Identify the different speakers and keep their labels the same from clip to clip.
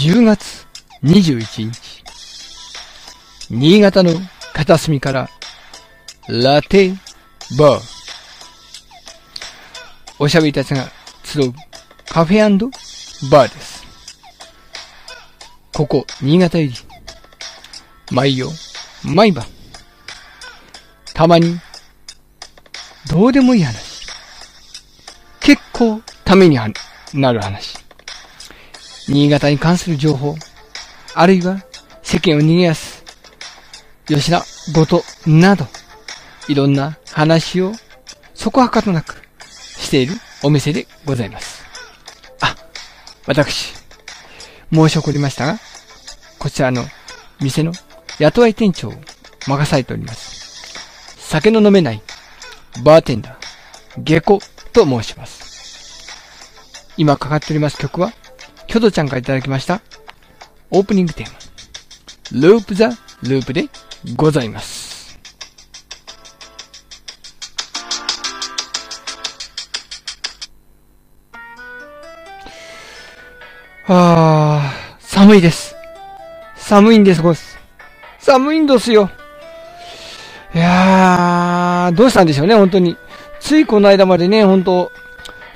Speaker 1: 10月21日、新潟の片隅から、ラテバー。おしゃべりたちが集うカフェバーです。ここ、新潟より、毎夜、毎晩、たまに、どうでもいい話、結構ためにはなる話、新潟に関する情報、あるいは世間を逃げやす、吉田、ごと、など、いろんな話を、そこはかとなく、しているお店でございます。あ、私、申し遅れましたが、こちらの店の雇い店長を任されております。酒の飲めない、バーテンダー、下戸と申します。今かかっております曲は、キョドちゃんからいただきました、オープニングテーマ、ループザ・ループでございます。ああ、寒いです。寒いんです、ごす。寒いんですよ。いやー、どうしたんでしょうね、本当に。ついこの間までね、本当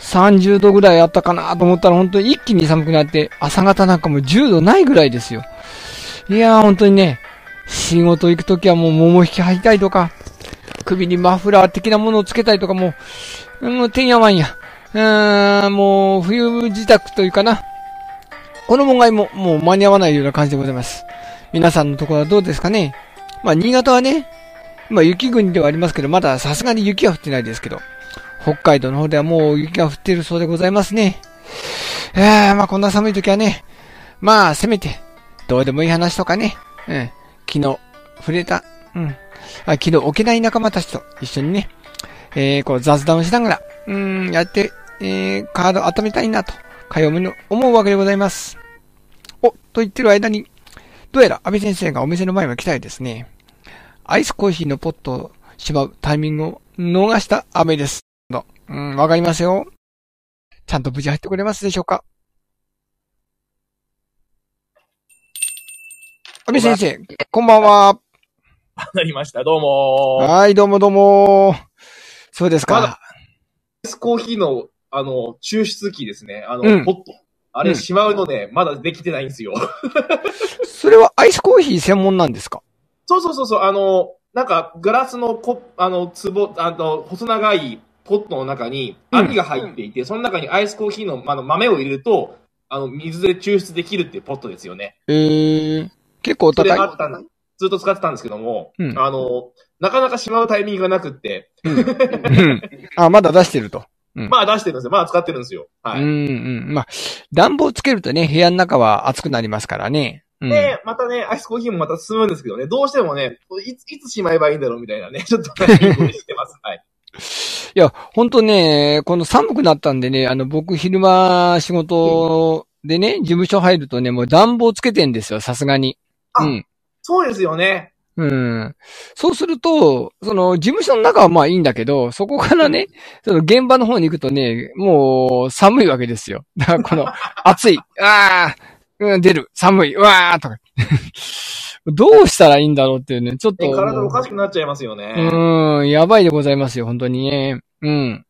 Speaker 1: 30度ぐらいあったかなと思ったら、本当に一気に寒くなって、朝方なんかも10度ないぐらいですよ。いやー、本当にね、仕事行くときはもう桃引き履いたりとか、首にマフラー的なものをつけたりとか、もう、もう、てんやわんや。うーん、もう、冬自宅というかな。この問題ももう間に合わないような感じでございます。皆さんのところはどうですかねまあ、新潟はね、まあ、雪国ではありますけど、まださすがに雪は降ってないですけど、北海道の方ではもう雪が降っているそうでございますね。えー、まあ、こんな寒い時はね、まあ、せめて、どうでもいい話とかね、うん、昨日、触れた、うん、あ昨日置けない仲間たちと一緒にね、えー、こう雑談をしながら、うん、やって、えー、カードを温めたいなと、かように思うわけでございます。お、と言ってる間に、どうやら安倍先生がお店の前まで来たようですね。アイスコーヒーのポットをしまうタイミングを逃した雨です。とうん、わかりますよ。ちゃんと無事入ってくれますでしょうか安倍先生、こんばんは。
Speaker 2: なりました。どうもー。ア
Speaker 1: はい、どうもどうも。そうですか
Speaker 2: まだ。イスコーヒーの、あの、抽出器ですね。あの、
Speaker 1: うん
Speaker 2: ポット。あ
Speaker 1: う
Speaker 2: れ、
Speaker 1: ん
Speaker 2: しまうのね、まだできてないんですよ。
Speaker 1: それはアイスコーヒー専門なんですか
Speaker 2: そうそうそうそう、あの、なんか、ガラスのコあの、壺、あの、細長いポットの中に
Speaker 1: うん
Speaker 2: 網が入っていて、その中にアイスコーヒーの、あの、豆を入れると、あの、水で抽出できるっていうポットですよね。
Speaker 1: えー、結構お
Speaker 2: それ
Speaker 1: 高い。
Speaker 2: あったんでずっと使ってたんですけども、
Speaker 1: うん
Speaker 2: あの、なかなかしまうタイミングがなくって、
Speaker 1: うんあ、まだ出してると。
Speaker 2: まあ出してるんですよ。まあ使ってるんですよ。はい。
Speaker 1: うんうん。まあ、暖房つけるとね、部屋の中は暑くなりますからね。うん、
Speaker 2: で、またね、アイスコーヒーもまた進むんですけどね、どうしてもね、いつ、いつしまえばいいんだろうみたいなね、 ちょっとね、いい声してます。はい。
Speaker 1: いや、ほんとね、この寒くなったんでね、あの、僕昼間仕事でね、事務所入るとね、もう暖房つけてんですよ、さすがに。
Speaker 2: あ
Speaker 1: うん。
Speaker 2: そうですよね。
Speaker 1: うん。そうすると、その、事務所の中はまあいいんだけど、そこからね、その現場の方に行くとね、もう寒いわけですよ。 だからこの、暑い、ああ、うん、出る、寒い、うわあ、とか。 どうしたらいいんだろうっていうね、ちょっと
Speaker 2: ね
Speaker 1: もう。
Speaker 2: 体おかしくなっちゃいますよね。
Speaker 1: うん、やばいでございますよ、本当にね。うん。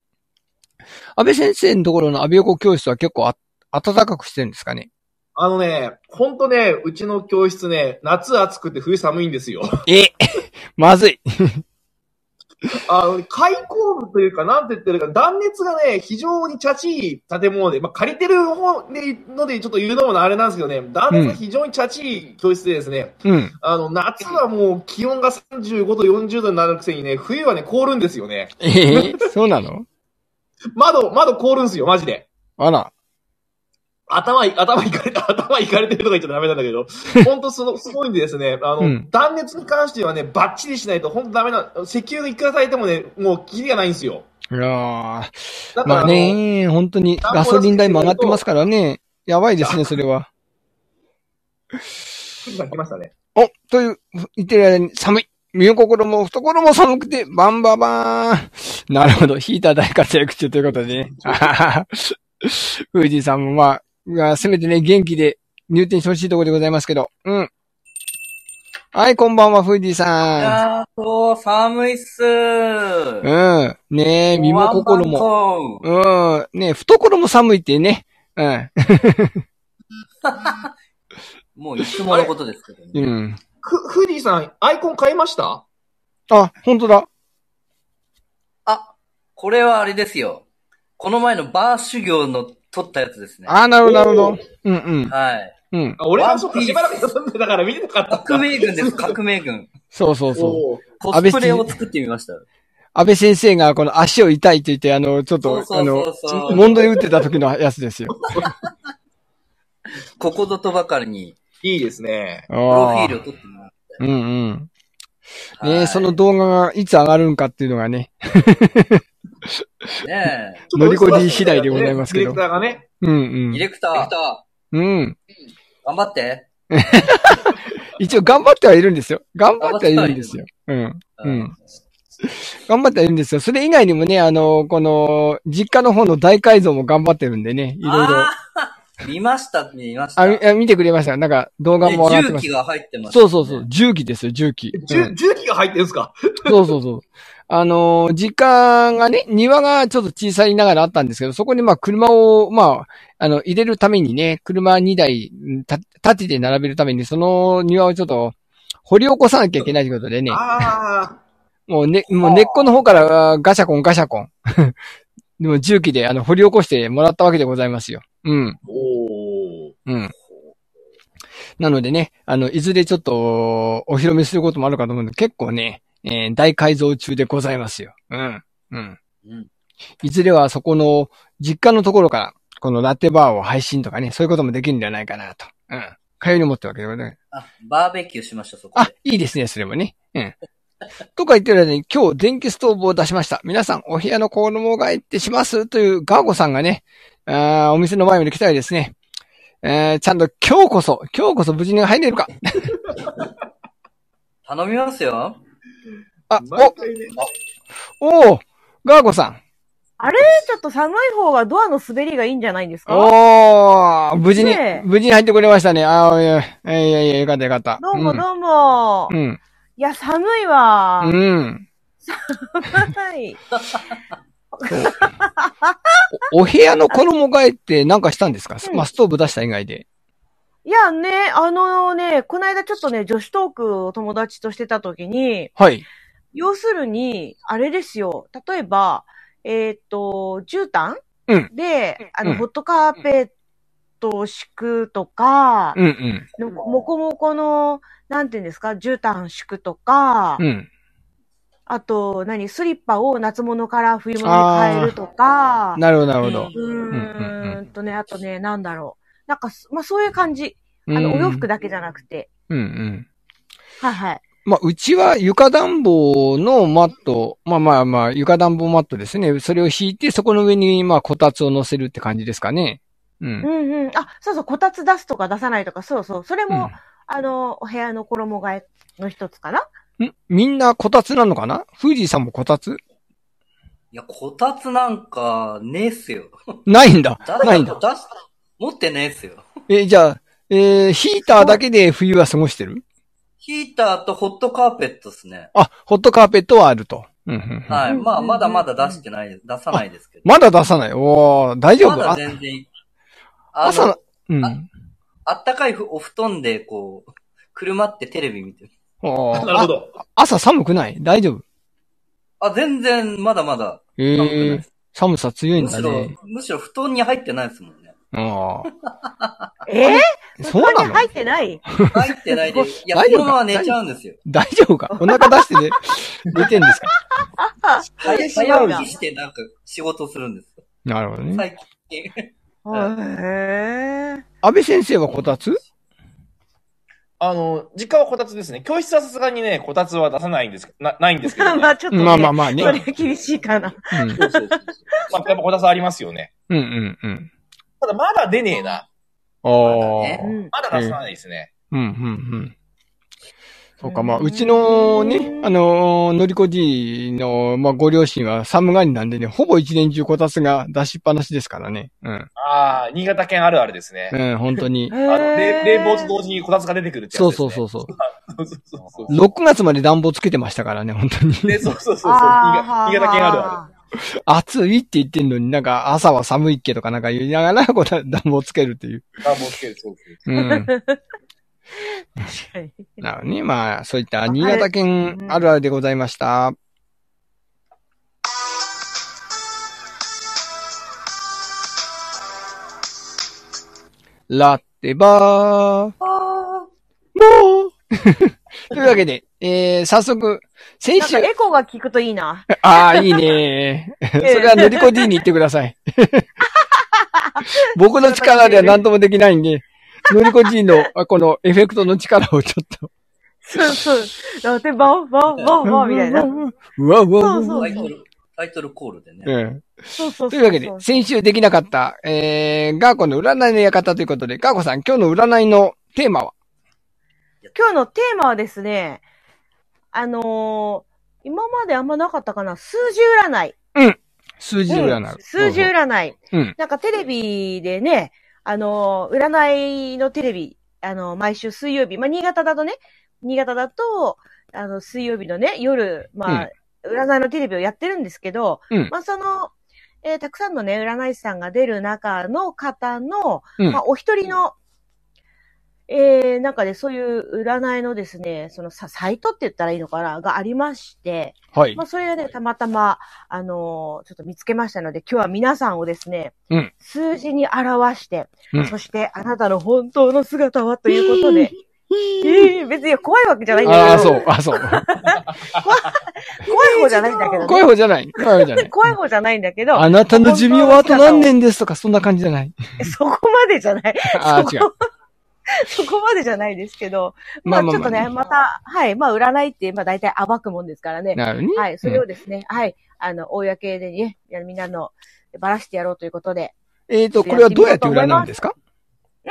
Speaker 1: 安倍先生のところの安倍横教室は結構あ、暖かくしてるんですかね。
Speaker 2: あのね、ほんとね、うちの教室ね、夏暑くて冬寒いんですよ。
Speaker 1: え まずい。
Speaker 2: あの、開口部というか、なんて言ってるか、断熱がね、非常にチャチい建物で、まあ、借りてる方で、ので、ちょっと言うのもあれなんですけどね、断熱が非常にチャチい教室でですね、
Speaker 1: うん。
Speaker 2: あの、夏はもう気温が35度、40度になるくせにね、冬はね、凍るんですよね。
Speaker 1: えーそうなの
Speaker 2: 窓、窓凍るんすよ、マジで。
Speaker 1: あら。
Speaker 2: 頭い、頭いかれ た、頭いかれてるとか言っちゃダメなんだ けど、ほんとその、すごいんでですね、あの、
Speaker 1: うん
Speaker 2: 断熱に関してはね、バッチリしないとほんとダメな、石油がいくら炊いてもね、もうキリがないんですよ。
Speaker 1: いや
Speaker 2: だ
Speaker 1: ー
Speaker 2: から、
Speaker 1: まあね、本当にガソリン代も上がってますからね。やばいですね、それは。
Speaker 2: あの、来ましたね。
Speaker 1: お、という、言ってる間に寒い。身も心も懐も寒くて、バンババーン。なるほど。ヒーター大活躍中ということでね。あはは富士山もまあ、うわせめてね、元気で入店してほしいところでございますけど。うん。はい、こんばんは、フーディ
Speaker 3: い
Speaker 1: さ
Speaker 3: やーと、寒いっす
Speaker 1: ん。うん。ねえ、身も心も。
Speaker 3: も。
Speaker 1: うん。ねえ、懐も寒いってね。うん。
Speaker 3: もういつものことですけどね。
Speaker 1: うん。
Speaker 2: ふ、フリーさん、アイコン変えました
Speaker 1: あ、本当だ。
Speaker 3: あ、これはあれですよ。この前のバー修行の撮ったやつですね。
Speaker 1: あ、なるほど、なるほ
Speaker 2: お
Speaker 1: ど
Speaker 2: ー。
Speaker 1: うんうん。
Speaker 3: はい。
Speaker 1: うん。
Speaker 2: あ、俺
Speaker 3: ワ
Speaker 2: は
Speaker 3: ン
Speaker 2: そっか、
Speaker 3: ピース
Speaker 2: しばらく休んでたから見てなかった。
Speaker 3: 革命軍です、革 命軍。
Speaker 1: そうそうそう。
Speaker 2: おー
Speaker 3: コスプレを作ってみました。
Speaker 1: 安倍先生がこの足を痛いって言って、あの、ちょっと、
Speaker 3: そうそうそうそう
Speaker 1: あの、問題打ってた時のやつですよ。
Speaker 3: ここぞとばかりに、
Speaker 2: いいですね。
Speaker 1: プ
Speaker 3: プロフィールを撮ってみまし
Speaker 1: うんうん。
Speaker 3: た。
Speaker 1: ね
Speaker 3: はい
Speaker 1: その、動画がいつ上がるんかっていうのがね。
Speaker 3: ねえ。
Speaker 1: 乗り越え次第でございますけど
Speaker 2: ディレクターがね。
Speaker 1: うん
Speaker 3: ディレクター、
Speaker 1: うん。うん。
Speaker 3: 頑張って。
Speaker 1: 一応頑張ってはいるんですよ。頑張ってはいるんですよ。うん。うん。頑張ってはいるんですよ。それ以外にもね、あの、この、実家の方の大改造も頑張ってるんでね、いろいろ。
Speaker 3: あー。見ました、見ました。
Speaker 1: あみあ、見てくれました。なんか、動画
Speaker 3: で
Speaker 1: も上がって
Speaker 3: 重
Speaker 1: ま
Speaker 3: 機
Speaker 1: す。
Speaker 3: が入ってます、
Speaker 1: そうそうそう。。重機ですよ、重機。
Speaker 2: じゅ
Speaker 1: うん
Speaker 2: 重機が入ってるんですか
Speaker 1: そうそうそう。あのー実家がね、庭がちょっと小さいながらあったんですけど、そこにまあ車を、まあ、あの、入れるためにね、車2台、んた立てて並べるために、その庭をちょっと、掘り起こさなきゃいけないということでね、
Speaker 2: あ
Speaker 1: もうね、もう根っこの方からあーガシャコンガシャコン。 でも重機で、あの、掘り起こしてもらったわけでございますよ。うん。
Speaker 2: ー。おー。
Speaker 1: うん。なのでね、あの、いずれちょっと、お披露目することもあるかと思うんで、結構ね、えー大改造中でございますよ。うん。うん。
Speaker 3: うん
Speaker 1: いずれはそこの、実家のところから、このラテバーを配信とかね、そういうこともできるんじゃないかなと。うん。かように思ってるわけでございます。
Speaker 3: あ、バーベキューしました、そこ
Speaker 1: あ
Speaker 3: で。、
Speaker 1: いいですね、それもね。うん。とか言ってる間に、今日電気ストーブを出しました。皆さん、お部屋の衣替えってしますというガーゴさんがね、あーお店の前まで来たいですね。えー、ちゃんと今日こそ、今日こそ無事に入れるか。
Speaker 3: 頼みますよ。
Speaker 1: あ、
Speaker 2: 毎回ね。
Speaker 1: お、おーガーゴさん。
Speaker 4: あれちょっと寒い方がドアの滑りがいいんじゃないですか
Speaker 1: おー無事に
Speaker 4: ね、え
Speaker 1: 無事に入ってくれましたね。あーいや、いやいや、よかったよかった。
Speaker 4: どうもどうも。
Speaker 1: うん。うん。
Speaker 4: いや、寒いわ。
Speaker 1: うん。
Speaker 4: はい。
Speaker 1: おお部屋の衣替えってなんかしたんですか、
Speaker 4: うん
Speaker 1: まあ、ストーブ出した以外で。
Speaker 4: いやね、あのね、この間ちょっとね、女子トークを友達としてた時に、
Speaker 1: はい。
Speaker 4: 要するに、あれですよ。例えば、えーっと、絨毯、
Speaker 1: うん
Speaker 4: で、あの、
Speaker 1: うん
Speaker 4: ホットカーペットを敷くとか、
Speaker 1: うんうん。
Speaker 4: もこもこの、なんていうんですか、絨毯敷くとか、
Speaker 1: うん。
Speaker 4: あと、何、スリッパを夏物から冬物に変えるとか、
Speaker 1: なるほど、なるほど。
Speaker 4: う
Speaker 1: うんうんう
Speaker 4: ーんとね、あとね、なんだろう。なんかす、まあ、そういう感じ。あの、お洋服だけじゃなくて。
Speaker 1: うんうん。
Speaker 4: はいはい。
Speaker 1: まあ、うちは床暖房のマット、まあまあまあ、床暖房マットですね。それを敷いて、そこの上に、まあ、こたつを乗せるって感じですかね。うん。
Speaker 4: うんうん。あ、そうそう、こたつ出すとか出さないとか、そうそう。それ
Speaker 1: う
Speaker 4: も、あの、お部屋の衣替えの一つかな。
Speaker 1: ん、んみんなこたつなのかな富士さんもこたつ
Speaker 3: いや、こたつなんか、ねえっすよ。
Speaker 1: ないんだ。
Speaker 3: 誰
Speaker 1: ないん
Speaker 3: か
Speaker 1: だ。
Speaker 3: 出し、持ってねえっすよ。
Speaker 1: え、じゃあ、えーヒーターだけで冬は過ごしてる
Speaker 3: ヒーターとホットカーペットっすね。
Speaker 1: あ、ホットカーペットはあると。うんうんうん
Speaker 3: はい。
Speaker 4: うん
Speaker 3: まあ、まだまだ出してない、出さないですけど。
Speaker 1: まだ出さない。おー、大丈
Speaker 3: ま
Speaker 1: 夫。
Speaker 3: だ
Speaker 1: あ
Speaker 3: 全然。あ
Speaker 1: 朝
Speaker 3: の
Speaker 1: の、、うん。
Speaker 3: あったかいふお布団で、こう、車ってテレビ見てる。
Speaker 1: おー
Speaker 2: なるほど。
Speaker 1: あ朝寒くない大丈夫。
Speaker 3: あ、全然、まだまだ
Speaker 1: え
Speaker 3: 寒くない
Speaker 1: ー
Speaker 3: です。、
Speaker 1: 寒さ強いん
Speaker 3: む
Speaker 1: だ
Speaker 3: しろ
Speaker 1: ね。、
Speaker 3: むしろ布団に入ってないですもんね。
Speaker 1: あ
Speaker 4: えぇ、
Speaker 1: ーそうな
Speaker 4: に
Speaker 1: の
Speaker 4: 入ってない
Speaker 3: 入ってないです。いや、
Speaker 1: 大
Speaker 3: こ
Speaker 1: 丈夫か
Speaker 3: のまま寝ちゃうんですよ。
Speaker 1: 大丈夫かお腹出してね、寝てんですか
Speaker 3: 早
Speaker 4: 大丈夫
Speaker 3: 早起きしてなんか仕事するんですよ。
Speaker 1: なるほどね。
Speaker 3: 最近。
Speaker 4: へぇ
Speaker 1: 安倍先生はこたつ
Speaker 2: あの、実家はこたつですね。教室はさすがにね、こたつは出さないんです、なないんですけど、ね。
Speaker 4: ま
Speaker 2: ま
Speaker 4: あ
Speaker 2: あ、
Speaker 4: ちょっと、ね、
Speaker 1: まあまあまあね。
Speaker 4: それは厳しいかな。
Speaker 1: うん
Speaker 3: そうそうそう
Speaker 2: やっぱこたつありますよね。
Speaker 1: うんうんうん。
Speaker 2: ただ、まだ出ねえな。
Speaker 1: ああ。
Speaker 3: ね
Speaker 4: うん。
Speaker 2: まだ出さないですね。
Speaker 1: うんうんうん。そうか、まあ、うちのね、あのー、のりこ D の、まあ、ご両親は寒がりなんでね、ほぼ一年中こたつが出しっぱなしですからね。うん。
Speaker 2: ああ、新潟県あるあるですね。
Speaker 1: うん、本当に。
Speaker 2: あの冷冷房と
Speaker 4: と
Speaker 2: 同時にこたつが出てくるってやつ
Speaker 1: そう
Speaker 2: です、
Speaker 1: そ
Speaker 2: ね。
Speaker 1: うそうそう。
Speaker 2: そうそうそうそう。
Speaker 1: 6月まで暖房つけてましたからね、本当に。
Speaker 2: ね、そうそうそうそう。新潟新潟県あるあ
Speaker 4: る。
Speaker 1: 暑いって言ってんのになんか朝は寒いっけとかなんか言いながら、こう暖房つけるっていう。
Speaker 2: る。暖房つける、そうそう。
Speaker 1: うん。
Speaker 4: 確かに。
Speaker 1: なのに、まあ、そういった新潟県あるあるでございました。ラッテバー。もう というわけで、えー、早速、先
Speaker 4: なん
Speaker 1: 週
Speaker 4: か、エコーが効くといいな。
Speaker 1: ああ、いいね。 それはのりこ D に言ってください。僕の力では何ともできないんで、のりこ D の、あこのエフェクトの力をちょっと。
Speaker 4: そうそう。だって、バンバンバンバンみたいな。
Speaker 1: うわうわうわうわ。
Speaker 3: タイトル、タイトルコールでね。
Speaker 1: うん。
Speaker 4: そうそうそう。
Speaker 1: というわけで、先週できなかった、えー、ガーコの占いの館ということで、ガーコさん、今日の占いのテーマは
Speaker 4: 今日のテーマはですね、あのー今まであんまなかったかな、数字占い。
Speaker 1: 数字占い。
Speaker 4: うん数字占い。
Speaker 1: うん
Speaker 4: なんかテレビでね、あのー占いのテレビ、あのー毎週水曜日、まあ、新潟だとね、新潟だと、あの、水曜日のね、夜、まあ、占いのテレビをやってるんですけど、
Speaker 1: うん
Speaker 4: まあ、その、えーたくさんのね、占い師さんが出る中の方の、
Speaker 1: うん
Speaker 4: まあ、お一人の、えー、なんかね、そういう占いのですね、そのさ、サイトって言ったらいいのかな、がありまして、
Speaker 1: はい
Speaker 4: ま。あ、それがね、たまたま、あのーちょっと見つけましたので、今日は皆さんをですね、
Speaker 1: うん
Speaker 4: 数字に表して、
Speaker 1: うん
Speaker 4: そしてあなたの本当の姿はということで、えー別に怖いわけじゃないん
Speaker 1: あ
Speaker 4: だ
Speaker 1: あ、
Speaker 4: け
Speaker 1: そ
Speaker 4: ど、
Speaker 1: う、ああ、 そう。
Speaker 4: 怖い方じゃないんだけど、
Speaker 1: 怖い方じゃない。怖い 方じゃない。
Speaker 4: 怖い方じゃないんだけど、
Speaker 1: あなたの寿命はあと何年ですとか、そんな感じじゃない。
Speaker 4: そこまでじゃない、
Speaker 1: ああ、違う。
Speaker 4: そこまでじゃないですけど、ま
Speaker 1: まあ
Speaker 4: あ
Speaker 1: まあ
Speaker 4: ちょっ
Speaker 1: まあ
Speaker 4: とね、また、はい、まあ占いって、まあ大体暴くもんですからね、
Speaker 1: なるね。
Speaker 4: はい、それをですね、はい、あの、公でね、みんなの、ばらしてやろうということで、
Speaker 1: えっ、と、これはどうやって占うんですか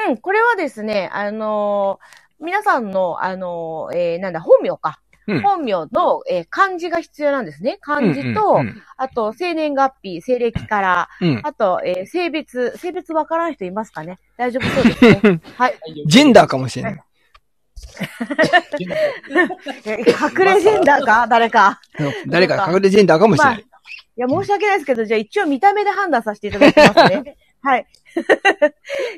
Speaker 4: うん、これはですね、あのー皆さんの、あのーえーなんだ、本名か。
Speaker 1: うん
Speaker 4: 本名の、えー漢字が必要なんですね。漢字
Speaker 1: う
Speaker 4: と、
Speaker 1: んうん
Speaker 4: あと、生年月日、西暦から、
Speaker 1: うん
Speaker 4: あと、えー性別、性別わからない人いますかね大丈夫そうですね。 はい。
Speaker 1: ジェンダーかもしれない。
Speaker 4: え隠れジェンダーか誰か。
Speaker 1: 誰か隠れジェンダーかもしれない。
Speaker 4: いや、申し訳ないですけど、じゃあ一応見た目で判断させていただきます ね。はい。 い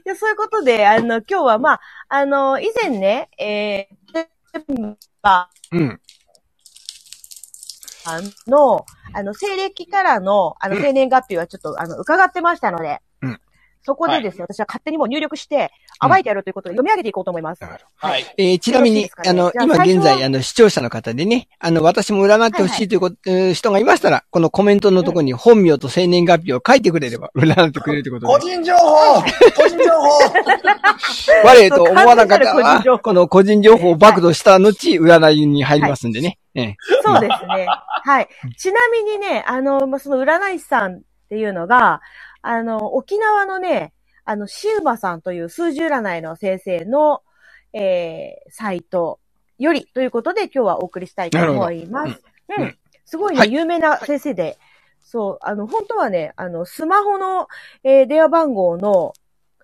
Speaker 4: やそういうことで、あの、今日はまあ、あの、以前ね、えー、
Speaker 1: うん。
Speaker 4: さんの、あの、西暦からの、あの、生年月日はちょっと、あの、伺ってましたので、
Speaker 1: うん
Speaker 4: そこでですね、私は勝手にもう入力して、
Speaker 1: うん
Speaker 4: 暴いてやろうということを読み上げていこうと思います。
Speaker 1: なる
Speaker 2: はい。
Speaker 1: えーちなみに、
Speaker 4: よろしいですかね
Speaker 1: あの、
Speaker 4: じゃあ
Speaker 1: 今
Speaker 4: 最
Speaker 1: 現
Speaker 4: 初は
Speaker 1: 在、あの、視聴者の方でね、あの、私も占ってほしいということ、えー人がいましたら、このコメントのところに本名と生年月日を書いてくれれば、占ってくれるということ
Speaker 2: 個
Speaker 1: で、
Speaker 2: 人情報個人情報
Speaker 1: 我と思わなかった
Speaker 4: 完全なる個人情報
Speaker 1: は、この個人情報を暴露した後、占いに入りますんでね。ええ
Speaker 4: そうですね。はい。ちなみにね、あの、まあ、その占い師さんっていうのが、あの、沖縄のね、あの、シウマさんという数字占いの先生の、えー、サイトよりということで今日はお送りしたいと思います。
Speaker 1: ど
Speaker 4: うん。
Speaker 1: うん
Speaker 4: すごいね、
Speaker 1: はい
Speaker 4: 有名な先生で、そう、あの、本当はね、あの、スマホの、えー電話番号の、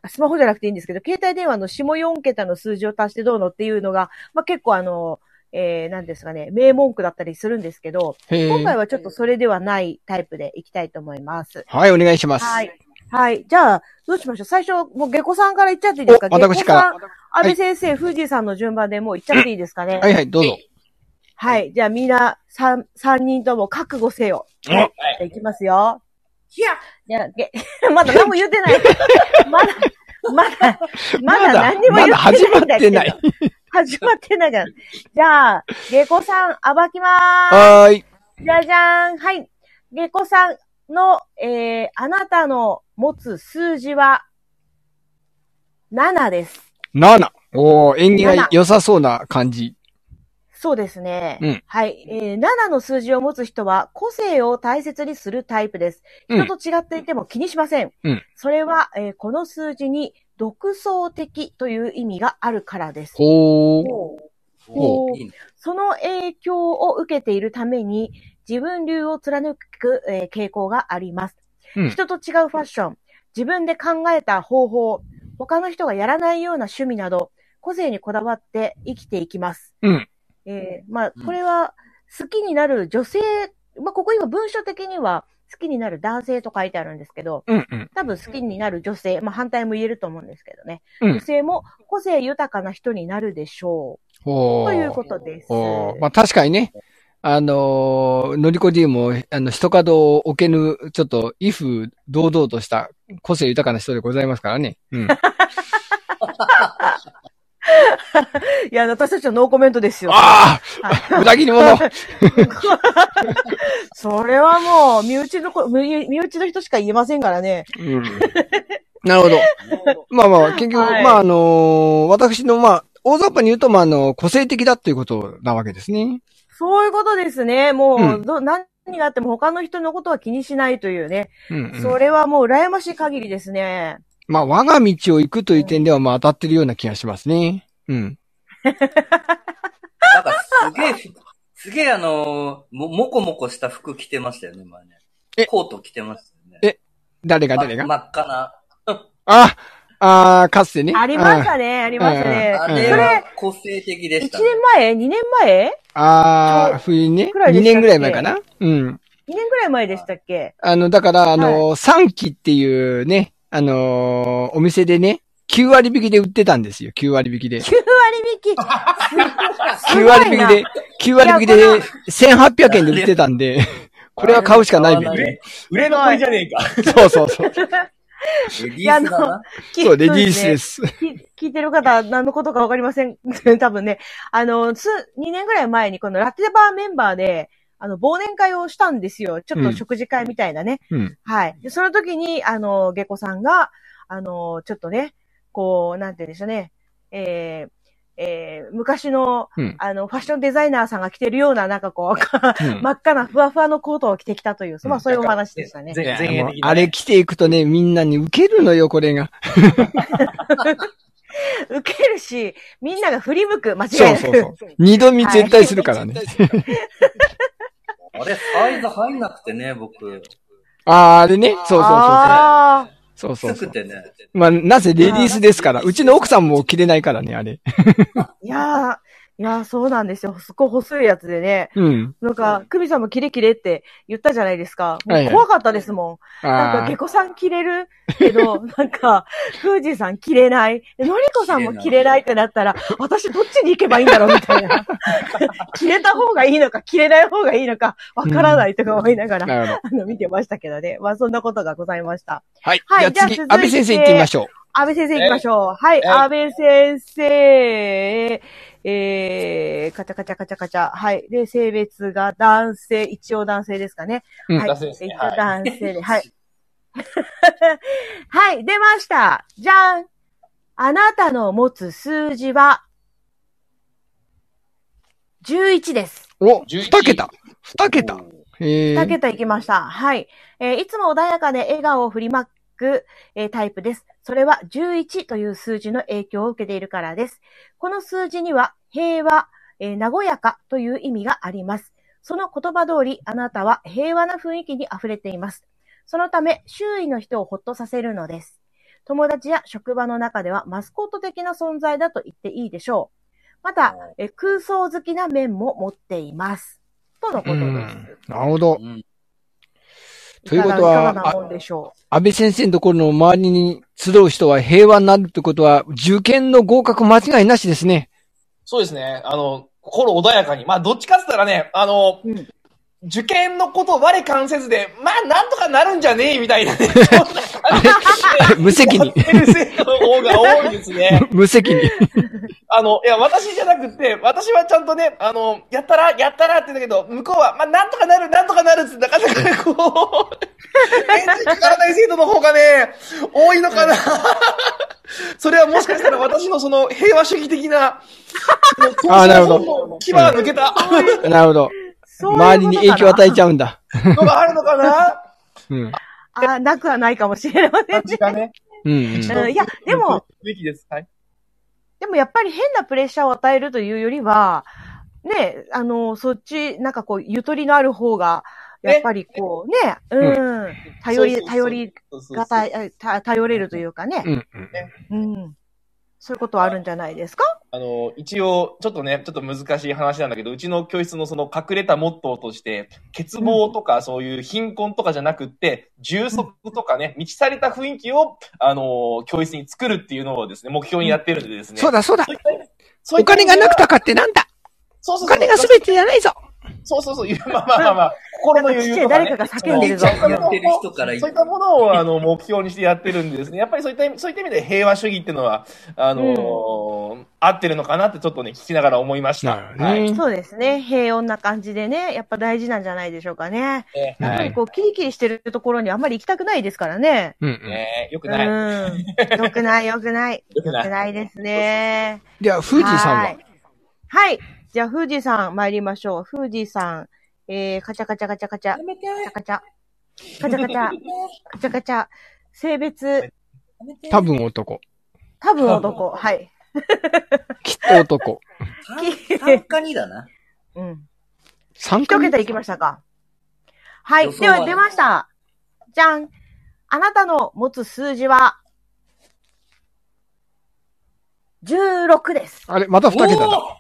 Speaker 4: スマホじゃなくていいんですけど、携帯電話の下4桁の数字を足してどうのっていうのが、まあ、結構あの、えー、なんですかね、名文句だったりするんですけど、
Speaker 1: へ
Speaker 4: 今回
Speaker 1: ー
Speaker 4: はちょっとそれではないタイプでいきたいと思います。
Speaker 1: はい、お願いします。
Speaker 4: はい。はい。じゃあ、どうしましょう最初、もう下戸さんから言っちゃっていいですか
Speaker 1: お私から。
Speaker 4: 下戸さん安倍先生、藤井さんの順番でもう言っちゃっていいですかね
Speaker 1: は。いはい、どうぞ。
Speaker 4: はい。じゃあみんな、三、三人とも覚悟せよ。
Speaker 1: うん
Speaker 4: はい。じゃあいきますよ。
Speaker 2: いや
Speaker 4: じゃあ、げ まだ何も言ってない。 まだ、まだ、まだ何にも言
Speaker 1: ま
Speaker 4: ってないんだけど。
Speaker 1: だ始まってない。。
Speaker 4: 始まってないじゃん。じゃあ、下戸さん、暴きまーす。
Speaker 1: はーい。
Speaker 4: じゃじゃーん。はい。ゲコさんの、えー、あなたの持つ数字は、7です。
Speaker 1: 7。おー、縁起が良さそうな感じ。
Speaker 4: そうですね。
Speaker 1: うん
Speaker 4: はい、えー。7の数字を持つ人は、個性を大切にするタイプです。
Speaker 1: うん
Speaker 4: 人と違っていても気にしません。
Speaker 1: うん
Speaker 4: それは、えー、この数字に、独創的という意味があるからです。
Speaker 1: ほー。
Speaker 3: お
Speaker 4: お
Speaker 3: ーいいね。
Speaker 4: その影響を受けているために、自分流を貫く、えー傾向があります。
Speaker 1: うん
Speaker 4: 人と違うファッション、自分で考えた方法、他の人がやらないような趣味など、個性にこだわって生きていきます。
Speaker 1: うん
Speaker 4: えーまあ
Speaker 3: う、ん
Speaker 4: これは好きになる女性、まあ、ここ今文書的には好きになる男性と書いてあるんですけど、
Speaker 1: うんうん。
Speaker 4: 多分好きになる女性、まあ反対も言えると思うんですけどね。
Speaker 1: うん
Speaker 4: 女性も個性豊かな人になるでしょう。
Speaker 1: ほ
Speaker 4: ということです。
Speaker 1: おーまあ確かにね、あのー、のりこ D も、あの、人角を置けぬ、ちょっと、威風堂々とした、個性豊かな人でございますからね。うん。
Speaker 4: いや、私たちはノーコメントですよ。
Speaker 1: ああ
Speaker 4: はい
Speaker 1: 裏切り者
Speaker 4: それはもう、身内のこ、身身内の人しか言えませんからね。
Speaker 1: うん。 なるほど。まあまあ、結局、
Speaker 4: はい
Speaker 1: まああのー私の、まあ、大雑把に言うと、まああの、個性的だっていうことなわけですね。
Speaker 4: そういうことですね。もう、
Speaker 1: うん
Speaker 4: ど何があっても他の人のことは気にしないというね。
Speaker 1: うん、うん。
Speaker 4: それはもう羨ましい限りですね。
Speaker 1: まあ、我が道を行くという点では、まあ、当たってるような気がしますね。うん。
Speaker 3: なんかすげえ、 すげえあのーも、もこもこした服着てましたよね、前ね。
Speaker 1: え
Speaker 3: コート着てましたよね。
Speaker 1: え誰が
Speaker 3: ま
Speaker 1: 誰が、
Speaker 3: 真っ赤な。
Speaker 1: あ、あーかつてね。
Speaker 4: ありましたね、ありましたね。
Speaker 3: あ
Speaker 1: うん
Speaker 3: れ
Speaker 1: そ
Speaker 3: は個性的で
Speaker 4: 1
Speaker 3: した、
Speaker 4: 年前 ?2 年前
Speaker 1: あーあー、冬にね。
Speaker 4: くらいで
Speaker 1: 2
Speaker 4: したっけ
Speaker 1: 年ぐらい前かな。うん。
Speaker 4: ?2 年ぐらい前でしたっけ
Speaker 1: あの、だから、あのー、三期っていうね、あのーお店でね、9割引きで売ってたんですよ。9割引きで。
Speaker 4: ?9 割 引き
Speaker 1: 9
Speaker 4: すごい
Speaker 1: 割
Speaker 4: な
Speaker 1: 引き で、9割引きで
Speaker 4: いやこれ。
Speaker 1: 1800円で売ってたんで、これは買うしかないみたいな。
Speaker 2: 売れ残りじゃねえか。
Speaker 1: そうそうそう。
Speaker 3: レディースだな。
Speaker 1: そう、レディースです す。
Speaker 4: き聞いてる方、何のことかわかりません。 多分ね。あの、つ、2年ぐらい前にこのラテバーメンバーで、あの、忘年会をしたんですよ。ちょっと食事会みたいなね。
Speaker 1: うん。
Speaker 4: はい。で、その時に、あの、下戸さんが、あの、ちょっとね、こう、なんて言うんでしょうね。えーえー昔の、
Speaker 1: うん
Speaker 4: あの、ファッションデザイナーさんが着てるような、なんかこう、
Speaker 1: うん
Speaker 4: 真っ赤なふわふわのコートを着てきたという、ま
Speaker 1: う
Speaker 4: あ
Speaker 1: ん
Speaker 4: そういうお話でしたね。
Speaker 2: ぜ
Speaker 1: いや
Speaker 2: 前衛的な
Speaker 1: もうあれ着ていくとね、みんなに受けるのよ、これが。
Speaker 4: 受けるし、みんなが振り向く、間違い
Speaker 1: そう
Speaker 4: なく。
Speaker 1: そうそう。二度見絶対するからね。
Speaker 3: あれ、サイズ入んなくてね、僕。
Speaker 1: あーあれね、そうそう
Speaker 4: ああ、
Speaker 1: そう。そう
Speaker 3: 薄
Speaker 1: そう
Speaker 3: く
Speaker 1: そう。
Speaker 3: てね。
Speaker 1: まあ、なぜレディースですから、うちの奥さんも着れないからね、あれ。
Speaker 4: いやー、いやー、そうなんですよ。すごい細いやつでね。
Speaker 1: うん。
Speaker 4: なんか、久美さんもキレキレって言ったじゃないですか。も
Speaker 1: はいうはい
Speaker 4: 怖かったですもん。なん
Speaker 1: あ
Speaker 4: か、
Speaker 1: あ
Speaker 4: ゲ。コさん着れるけど、 なんか、フージーさん着れない。でのりこさんも着れないってなったら、私どっちに行けばいいんだろうみた いな。着れた方がいいのか、着れない方がいいのか、わからないとか思いながら、
Speaker 1: なるほど。
Speaker 4: あの、見てましたけどね。まあ、そんなことがございました。
Speaker 1: はい。
Speaker 4: はい
Speaker 1: じゃあ
Speaker 4: じ
Speaker 1: 次
Speaker 4: ゃあ続い、て
Speaker 1: 安倍先生行ってみましょう。
Speaker 4: 安倍先生行きましょう。はい、
Speaker 2: えい
Speaker 4: 安倍先生、えー、カチャカチャカチャカチャ。はい。で、性別が男性、一応男性ですかね。
Speaker 1: うん
Speaker 4: はい。
Speaker 2: 男性ですね
Speaker 4: 一応男性で、はい。 はい、出ました。じゃん。あなたの持つ数字は、11です。
Speaker 1: お、
Speaker 2: 11
Speaker 1: 二桁。二桁。へえ。
Speaker 4: 2桁いきました。はい。えーいつも穏やかで笑顔を振りまく、えータイプです。それは11という数字の影響を受けているからです。この数字には平和、えー和やかという意味があります。その言葉通り、あなたは平和な雰囲気に溢れています。そのため、周囲の人をほっとさせるのです。友達や職場の中ではマスコット的な存在だと言っていいでしょう。また、えー空想好きな面も持っています。とのこ
Speaker 1: う
Speaker 4: とです。
Speaker 1: ん。なるほど。
Speaker 3: うん。
Speaker 1: ということはい
Speaker 4: かがなもんでしょ
Speaker 1: 安倍先生のところの周りに集う人は平和になるってことは、受験の合格間違いなしですね。
Speaker 2: そうですね。あの、心穏やかに。まあ、どっちかって言ったらね、あの、
Speaker 4: うん
Speaker 2: 受験のことを我関せずで、まあ、なんとかなるんじゃねえみたいな ね。そんな感じ
Speaker 1: 無責任。
Speaker 2: でやってる生徒の方が多いです ね。
Speaker 1: 無責任。
Speaker 2: あの、いや、私じゃなくて、私はちゃんとね、あの、やったら、やったらって言うんだけど、向こうは、まあ、なんとかなる、なんとかなるって、なかなかねこ う、エンジンかからない生徒の方がね、多いのかな。それはもしかしたら私のその平和主義的な、
Speaker 1: あーなるほど
Speaker 2: ど。牙が抜けた
Speaker 1: なるほど。
Speaker 4: う。
Speaker 1: 周りに影響を与えち
Speaker 4: ゃう
Speaker 1: ゃうんだ。
Speaker 2: のがあるのかな。
Speaker 1: うん。
Speaker 4: ことかな。あーなくはないかもしれませ
Speaker 2: 感
Speaker 4: ん
Speaker 2: じがね。
Speaker 1: うん、うん。
Speaker 4: うん。いや、でも、
Speaker 2: べきです。はい。
Speaker 4: でもやっぱり変なプレッシャーを与えるというよりは、ね、あの、そっち、なんかこう、ゆとりのある方が、やっぱりこう、ね、うん、頼り、頼りがたい、た頼れるというかね、
Speaker 1: うん。
Speaker 4: うん。そういうことはあるんじゃないですか
Speaker 2: あの、一応、ちょっとね、ちょっと難しい話なんだけど、うちの教室のその隠れたモットーとして、欠乏とかそういう貧困とかじゃなくって、充足とかね、満ちされた雰囲気を、あの、教室に作るっていうのをですね、目標にやってるんでですね。
Speaker 1: そうだ、そうだ
Speaker 2: そういった。そうい
Speaker 1: お
Speaker 2: った意
Speaker 1: 金
Speaker 2: 味では
Speaker 1: がなくたかってなんだ
Speaker 2: そう
Speaker 1: お
Speaker 2: そうそう
Speaker 1: 金が全てじゃないぞ
Speaker 2: そうそうそう。いやまあまあまあまあ、心の余裕とか、ね。
Speaker 4: なんかちっちゃい誰かが叫んでるぞ
Speaker 2: そういった
Speaker 3: や
Speaker 2: もの
Speaker 3: ってる人から
Speaker 2: そういったものを、あの、目標にしてやってるんでですね。やっぱりそういった意味、そういった意味で平和主義っていうのは、あのー合ってるのかなってちょっとね、聞きながら思いまし
Speaker 1: なる
Speaker 2: た。
Speaker 1: ほどね
Speaker 4: そうですね。平穏な感じでね、やっぱ大事なんじゃないでしょうかね。
Speaker 2: ね
Speaker 1: うん
Speaker 4: やっぱりこう、キリキリしてるところにあんまり行きたくないですからね。
Speaker 1: うんう
Speaker 2: ね
Speaker 1: ん。
Speaker 2: よく
Speaker 4: う
Speaker 2: ない。
Speaker 4: ん。良くない、良くない。
Speaker 2: よく
Speaker 4: 良く
Speaker 2: ない。
Speaker 4: ないですね。
Speaker 1: では、富士さん
Speaker 4: は
Speaker 1: はい
Speaker 4: はい。じゃあ、富士さん参りましょう。富士さん。えー、カチャカチャカチャカチャ。カチャカチャ。カチャカチャ。カチャカチャ。性別、
Speaker 1: 多分男。
Speaker 4: 多分男。はい。
Speaker 1: きっと 男。
Speaker 3: 単価にだな。
Speaker 4: うん。
Speaker 1: 三
Speaker 4: 一
Speaker 1: 回
Speaker 4: 桁いきましたか。は
Speaker 3: 予
Speaker 4: い。
Speaker 3: 想
Speaker 4: で
Speaker 3: は
Speaker 4: は、出ました。じゃん。あなたの持つ数字は、16です。
Speaker 1: あれ、また二桁だ。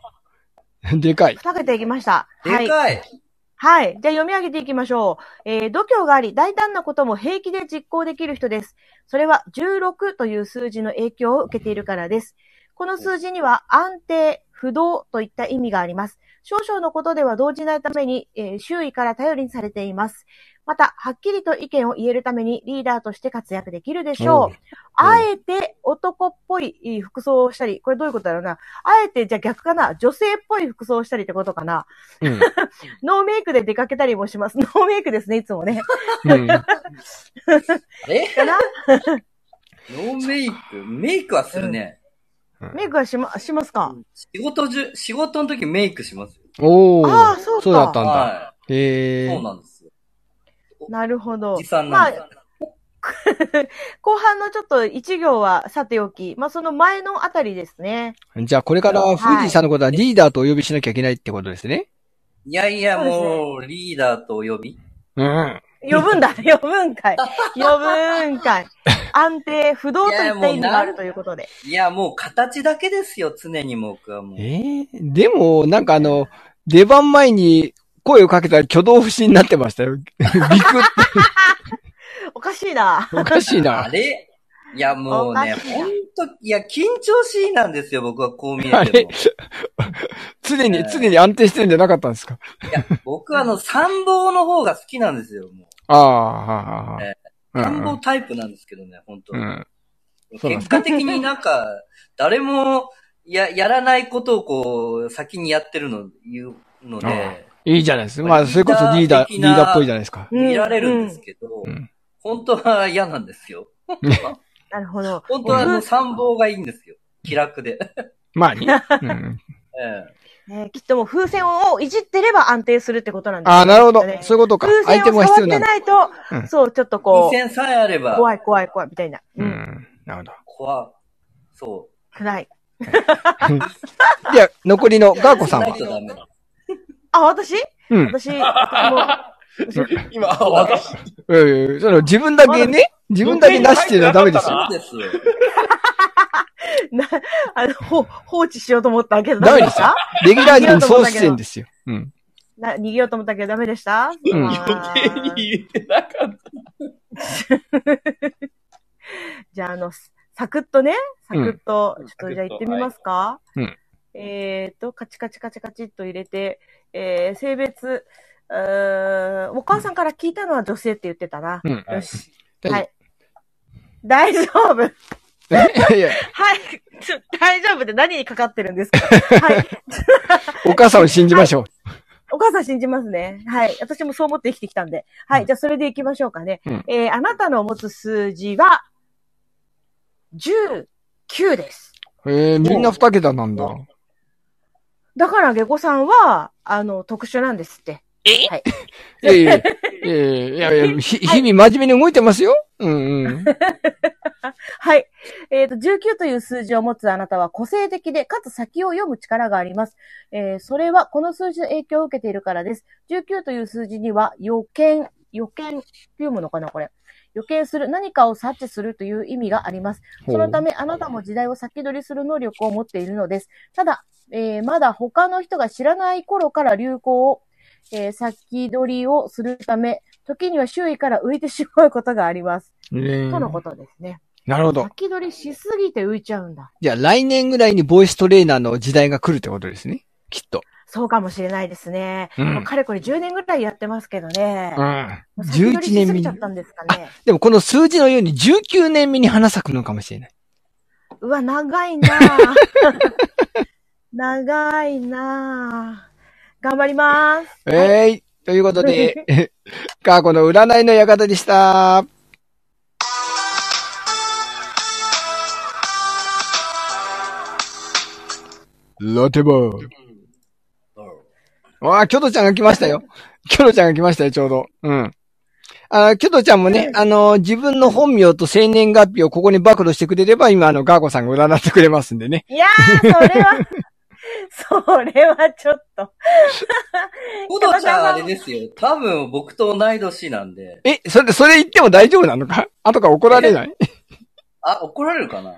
Speaker 3: お
Speaker 1: でかい。
Speaker 4: 二桁いきました。
Speaker 3: ー
Speaker 4: は
Speaker 3: で
Speaker 4: い。
Speaker 3: かい。
Speaker 4: はい。じゃあ読み上げていきましょう。えー度胸があり、大胆なことも平気で実行できる人です。それは16という数字の影響を受けているからです。この数字には安定、不動といった意味があります。少々のことでは動じないために、えー周囲から頼りにされています。また、はっきりと意見を言えるためにリーダーとして活躍できるでしょう。あえて男っぽいえー服装をしたり、これどういうことだろうな。あえてじゃあ逆かな。女性っぽい服装をしたりってことかな。
Speaker 1: うん。
Speaker 4: ノーメイクで出かけたりもします。ノーメイクですね、いつも ね。
Speaker 1: うん。
Speaker 3: え
Speaker 4: かな
Speaker 3: ノーメイクメイクはするね。
Speaker 4: メイクはしま、しますか、
Speaker 3: 仕事中、仕事の時メイクしますよ。
Speaker 1: お
Speaker 4: あ
Speaker 1: ー
Speaker 4: あ、。そう
Speaker 1: そうだっ
Speaker 4: か。
Speaker 1: たんだ。
Speaker 3: は
Speaker 1: へ
Speaker 3: い。そう
Speaker 1: ー。
Speaker 3: なんですよ。
Speaker 4: なるほど
Speaker 3: おじ。さん
Speaker 4: ま
Speaker 3: な
Speaker 4: あ
Speaker 3: んだ。、
Speaker 4: 後半のちょっと一行はさておき、まあその前のあたりですね。
Speaker 1: じゃあ、これから富士さんのことはリーダーとお呼びしなきゃいけないってことですね。
Speaker 3: いやいや、
Speaker 4: そうですね
Speaker 3: もう、リーダーとお呼び。
Speaker 1: うん。
Speaker 4: 余分だ、 余分かい。余分かい。安定、不動といった意味があるというこ とで。
Speaker 3: いや、もう形だけですよ、常に僕はもう。
Speaker 1: ええでも、なんかあの、出番前に声をかけたら挙動不審になってましたよ。 びくっ
Speaker 4: おかしいな。
Speaker 1: て、おかしい
Speaker 3: あ
Speaker 1: な。
Speaker 3: れいや、もうね、
Speaker 4: おかしいな
Speaker 3: ほんと、いや、緊張しいなんですよ、僕はこう見
Speaker 1: あ
Speaker 3: えて
Speaker 1: れ
Speaker 3: も。、
Speaker 1: 常に、常に安定してるんじゃなかったんですか
Speaker 3: いや、僕はあの、参謀の方が好きなんですよ、も
Speaker 1: ああ、はあ、は
Speaker 3: えう。
Speaker 1: あ。
Speaker 3: 参謀タイプなんですけどね、本当
Speaker 1: うん。うん。そうなんで
Speaker 3: 結果的になんか、誰も、や、やらないことをこう、先にやってるの、言うので、
Speaker 1: いいじゃないですか。まあ、それこそリーダー、リ
Speaker 3: リ
Speaker 1: ー
Speaker 3: ーダー的な
Speaker 1: ダーっぽいじゃないですか。
Speaker 4: うん
Speaker 3: 見られるんですけど、
Speaker 1: うん
Speaker 3: 本当は嫌なんで すよ。
Speaker 4: なるほど。
Speaker 3: 本当はあ
Speaker 4: う
Speaker 3: の、
Speaker 4: ん
Speaker 3: 参謀がいいんですよ。気楽で。
Speaker 1: ま あね。うん。
Speaker 3: ええ
Speaker 4: ねきっともう風船をいじってれば安定するってことなんですね
Speaker 1: ああ、なるほど。そういうことか
Speaker 4: 風。
Speaker 1: アイテ
Speaker 4: 船
Speaker 1: ム
Speaker 4: を
Speaker 1: が必
Speaker 4: 触
Speaker 1: 要な
Speaker 4: って
Speaker 1: んだ。
Speaker 4: ないと
Speaker 1: うん、
Speaker 4: そう、ちょっとこ
Speaker 3: 風船さえあれ
Speaker 4: う、
Speaker 3: ば、
Speaker 4: 怖い怖い怖いみたいな。
Speaker 1: う
Speaker 4: うん。
Speaker 1: ん。なる ほど。
Speaker 3: 怖い。そ
Speaker 4: 暗い。
Speaker 1: では、残りのガー
Speaker 3: う。
Speaker 1: コさん
Speaker 3: ない
Speaker 1: は
Speaker 3: とダメ。
Speaker 4: あ、私
Speaker 1: うん。
Speaker 4: 私、も
Speaker 2: 今、あ私、
Speaker 1: ええその自分だけね、自分だけなしっていうのはダメですよ。
Speaker 3: そうです よ。
Speaker 4: う、な、あの、ほ放置しようと思ったけど、
Speaker 1: ダメで
Speaker 4: し
Speaker 1: す
Speaker 4: た
Speaker 1: よ。レギュラー陣総出演ですよ。うん。
Speaker 4: な逃げようと思ったけどダメでした
Speaker 1: うん
Speaker 4: あー
Speaker 2: 余計に言ってなかった。
Speaker 4: じゃあ、あの、サクッとね、サクッと、
Speaker 2: うん
Speaker 4: ちょっとじゃあ行ってみますか、
Speaker 1: はいうん
Speaker 4: えーっと、カチカチカチカチっと入れて、えー、性別、うーんお母さんから聞いたのは女性って言ってたな。
Speaker 1: うん。
Speaker 4: よし。
Speaker 1: 大丈夫
Speaker 4: はい。大丈夫。
Speaker 1: いや、
Speaker 4: はい。ちょ大丈夫って何にかかってるんですかはい。
Speaker 1: お母さんを信じましょ
Speaker 4: お母さん信じますね。はい。私もそう思って生きてきたんで。はい。じゃあ、それで行きましょうかね。
Speaker 1: うん
Speaker 4: えー、あなたの持つ数字は、19です。
Speaker 1: う。ええみんな二桁なんだ。
Speaker 4: だから、下戸さんは、あの、特殊なんですって。
Speaker 1: え
Speaker 4: はい
Speaker 1: いやいや、いやいやいやいや、ひ日々真面目に動いてますよ。うんうん。
Speaker 4: はい。えっ、と、19という数字を持つあなたは個性的で、かつ先を読む力があります。えーそれはこの数字の影響を受けているからです。19という数字には予見、予見って読むのかなこれ。予見する、何かを察知するという意味があります。 そのため、あなたも時代を先取りする能力を持っているのです。ただ、えーまだ他の人が知らない頃から流行を、えー先取りをするため、時には周囲から浮いてしまうことがあります。
Speaker 1: ね
Speaker 4: とのことですね。
Speaker 1: なるほど。
Speaker 4: 先取りしすぎて浮いちゃうんだ。
Speaker 1: じゃあ来年ぐらいにボイストレーナーの時代が来るってことですね。きっと。
Speaker 4: そうかもしれないですね。
Speaker 1: うん
Speaker 4: もうかれこれ10年ぐらいやってますけどね。
Speaker 1: ん。
Speaker 4: もう先取り
Speaker 1: 11
Speaker 4: し
Speaker 1: 年目
Speaker 4: すぎ
Speaker 1: に
Speaker 4: ちゃっ。たんですかね。
Speaker 1: でもこの数字のように19年目に花咲くのかもしれない。
Speaker 4: うわ、長いなぁ長いなぁ頑張ります。
Speaker 1: えーい。ということで、 カーコの占いの館でした。ラテバー。わあ、キョトちゃんが来ましたよ。キョトちゃんが来ましたよ、ちょうど。うん。あキョトちゃんもね、あのー自分の本名と生年月日をここに暴露してくれれば、今、あの、ガーコさんが占ってくれますんでね。
Speaker 4: いやー、それは、 それはちょっと。
Speaker 3: コドちゃんあれですよ。多分僕と同い年なんで。
Speaker 1: え、それ、それ言っても大丈夫なのか後から怒られない
Speaker 3: あ、怒られるかな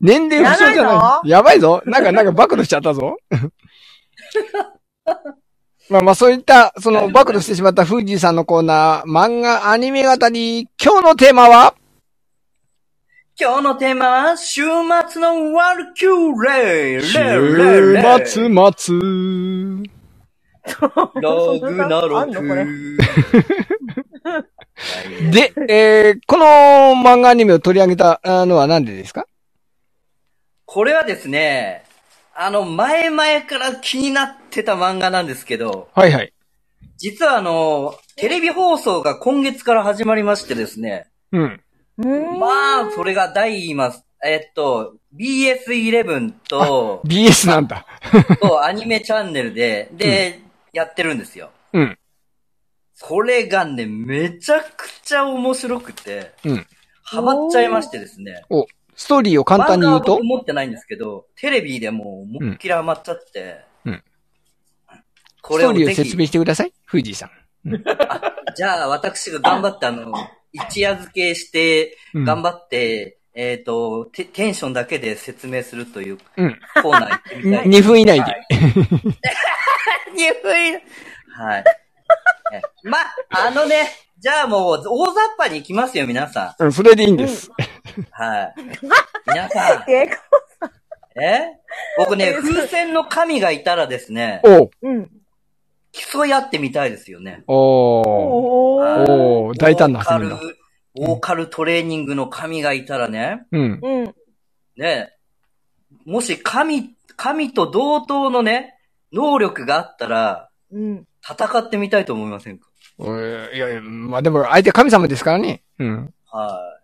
Speaker 1: 年齢不詳じゃ
Speaker 4: やば
Speaker 1: ないい。やばいぞ。なんか、なんか暴露しちゃったぞ。まあまあ、そういった、その、暴露してしまった富士さんのコーナー、漫画、アニメ語り、今日のテーマは
Speaker 3: 今日のテーマは、週末のワルキューレイ
Speaker 1: 週
Speaker 3: レ
Speaker 1: 末末。
Speaker 3: ログな
Speaker 4: あ
Speaker 3: ロ
Speaker 4: ん
Speaker 3: グ
Speaker 4: の これ。
Speaker 1: で、えー、この漫画アニメを取り上げたあのは何でですか
Speaker 3: これはですね、あの、前々から気になってた漫画なんですけど、
Speaker 1: はいはい。
Speaker 3: 実はあの、テレビ放送が今月から始まりましてですね、
Speaker 1: うん。
Speaker 4: うーん
Speaker 3: まあ、それが第今、えっと、BS11 と、
Speaker 1: BS なんだ。
Speaker 3: とアニメチャンネルで、で、やってるんですよ。
Speaker 1: うん。
Speaker 3: それがね、めちゃくちゃ面白くて、
Speaker 1: うん。
Speaker 3: ハマっちゃいましてですね。
Speaker 1: ストーリーを簡単に言う
Speaker 3: 漫画は
Speaker 1: と
Speaker 3: 僕、持ってないんですけど、テレビでもう思いっきりハマっちゃって。
Speaker 1: うん
Speaker 3: こ
Speaker 1: ス
Speaker 3: れ
Speaker 1: トー
Speaker 3: を
Speaker 1: リー
Speaker 3: ぜ
Speaker 1: を説明
Speaker 3: ひ、
Speaker 1: してください。富士さん。
Speaker 3: じゃあ私が頑張って、あの、一夜漬けして、
Speaker 1: うん
Speaker 3: 頑張って、えっ、とテ、テンションだけで説明するという
Speaker 1: うん
Speaker 3: コーナー行ってみたい。
Speaker 1: 2分以内で。
Speaker 3: 鈍い。はい。ねま、あのね、じゃあもう大雑把に行きますよ、皆さ
Speaker 1: うん、それでいいんです。
Speaker 3: ん。はい。皆さ
Speaker 4: えー
Speaker 3: ん、え僕ね、風船の神がいたらですね、
Speaker 1: おう
Speaker 4: うん。
Speaker 3: 競い合ってみたいですよね。
Speaker 1: おー
Speaker 4: おー。
Speaker 1: おー大胆な
Speaker 3: ボーカ
Speaker 1: 発
Speaker 3: ル
Speaker 1: 明だ。、
Speaker 3: ボーカルトレーニングの神がいたらね、
Speaker 1: うん。
Speaker 4: うん。
Speaker 3: ね、もし神、神と同等のね、能力があったら、
Speaker 4: うん。
Speaker 3: 戦ってみたいと思いませんか
Speaker 1: えーいやいや、まあでも相手神様ですからね。うん。
Speaker 3: は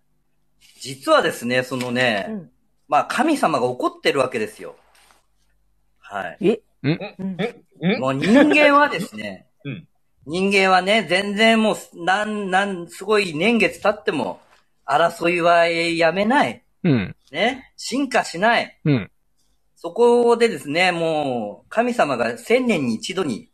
Speaker 3: い。実はですね、そのね、
Speaker 4: うん
Speaker 3: まあ神様が怒ってるわけですよ。はい。
Speaker 4: うん。
Speaker 2: ん
Speaker 3: もう人間はですね、
Speaker 2: うん
Speaker 3: 人間はね、全然もう、なん、なん、すごい年月経っても、争いはやめない。
Speaker 1: うん。
Speaker 3: ね、進化しない。
Speaker 1: うん。
Speaker 3: そこでですね、もう、神様が千年に一度に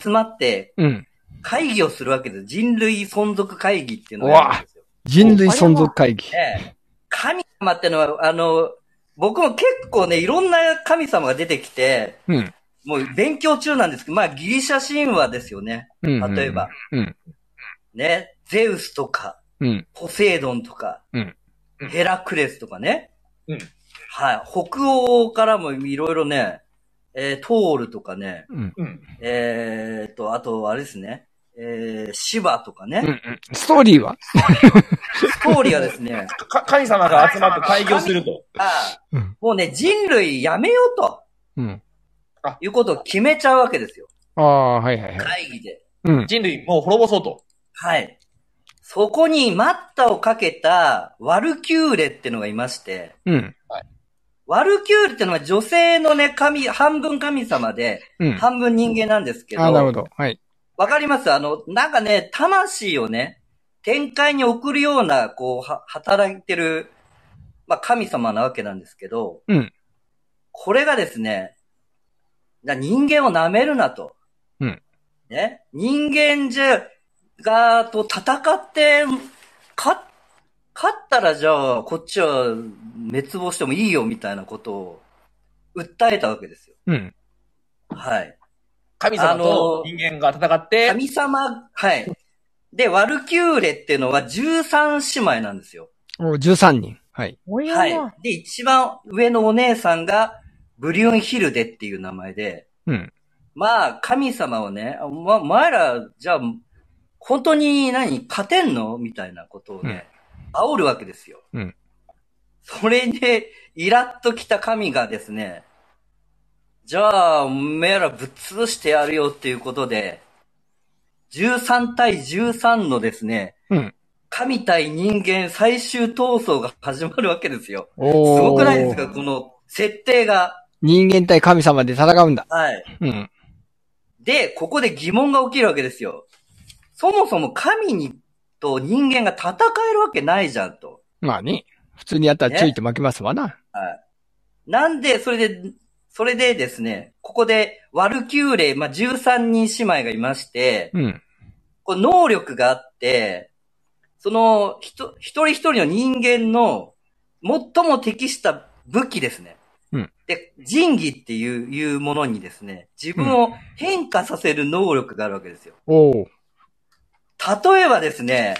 Speaker 3: 集まって
Speaker 1: うん。
Speaker 3: 会議をするわけです。人類存続会議っていうのを
Speaker 1: うわ
Speaker 3: やるんですよ。
Speaker 1: 人類存続会議。
Speaker 3: ね、神様ってのは、あの、僕も結構ね、いろんな神様が出てきて、
Speaker 1: うん。
Speaker 3: もう勉強中なんですけど、まあギリシャ神話ですよね。
Speaker 1: うん。
Speaker 3: 例えば。
Speaker 1: うん。
Speaker 3: ね、ゼウスとか、
Speaker 1: うん。
Speaker 3: ポセイドンとか、
Speaker 1: うんうん
Speaker 3: ヘラクレスとかね。
Speaker 2: うん
Speaker 3: はい。北欧からもいろいろね、えートールとかね、
Speaker 1: うん。
Speaker 2: うん。
Speaker 3: えー、と、あと、あれですね、えー、シバとかね、
Speaker 1: うん。ストーリーは
Speaker 3: ストーリーがですね、
Speaker 2: か神様が集まって開業すると。
Speaker 3: あー
Speaker 1: うん
Speaker 3: もうね、人類やめようと
Speaker 1: うん。
Speaker 3: いうことを決めちゃうわけですよ。
Speaker 1: ああ、はいはいはい。
Speaker 3: 会議で。
Speaker 1: うん。
Speaker 2: 人類もう滅ぼそうと。
Speaker 3: はい。そこに待ったをかけたワルキューレってのがいまして、
Speaker 1: うん。
Speaker 3: ワルキュールってのは女性のね、神、半分神様で、
Speaker 1: うん。
Speaker 3: 半分人間なんですけど、
Speaker 1: あ、なるほど。はい。
Speaker 3: わかりますあの、なんかね、魂をね、展開に送るような、こう、は働いてる、まあ、神様なわけなんですけど、
Speaker 1: うん
Speaker 3: これがですね、な人間を舐めるなと。
Speaker 1: うん
Speaker 3: ね、人間じゃ、が、と戦って、勝っ、勝ったらじゃあ、こっちは滅亡してもいいよ、みたいなことを、訴えたわけですよ。
Speaker 1: うん。
Speaker 3: はい。
Speaker 2: 神様と人間が戦って、
Speaker 3: 神様、はい。で、ワルキューレっていうのは13姉妹なんですよ。
Speaker 1: お13人。はい。
Speaker 4: もうや
Speaker 3: はい
Speaker 4: な。。
Speaker 3: で、一番上のお姉さんが、ブリュンヒルデっていう名前で、
Speaker 1: うん。
Speaker 3: まあ、神様をね、おま、お前ら、じゃあ、本当に何、勝てんのみたいなことをね、煽るわけですよ。
Speaker 1: うん
Speaker 3: それで、イラッときた神がですね、じゃあ、おめえらぶっ潰してやるよっていうことで、13対13のですね、
Speaker 1: うん
Speaker 3: 神対人間最終闘争が始まるわけですよ。
Speaker 1: お
Speaker 3: す
Speaker 1: ー
Speaker 3: ごくないですかこの設定が。
Speaker 1: 人間対神様で戦うんだ。
Speaker 3: はい。
Speaker 1: うん。
Speaker 3: で、ここで疑問が起きるわけですよ。そもそも神にと人間が戦えるわけないじゃんと。
Speaker 1: まあね。普通にやったら注意って負けますわな。
Speaker 3: なんで、それで、それでですね、ここでワルキューレ、まあ、13人姉妹がいまして、
Speaker 1: うん。
Speaker 3: こう能力があって、その、ひと、一人一人の人間の最も適した武器ですね。
Speaker 1: うん
Speaker 3: で、仁義っていう、いうものにですね、自分を変化させる能力があるわけですよ。
Speaker 1: おお。
Speaker 3: 例えばですね、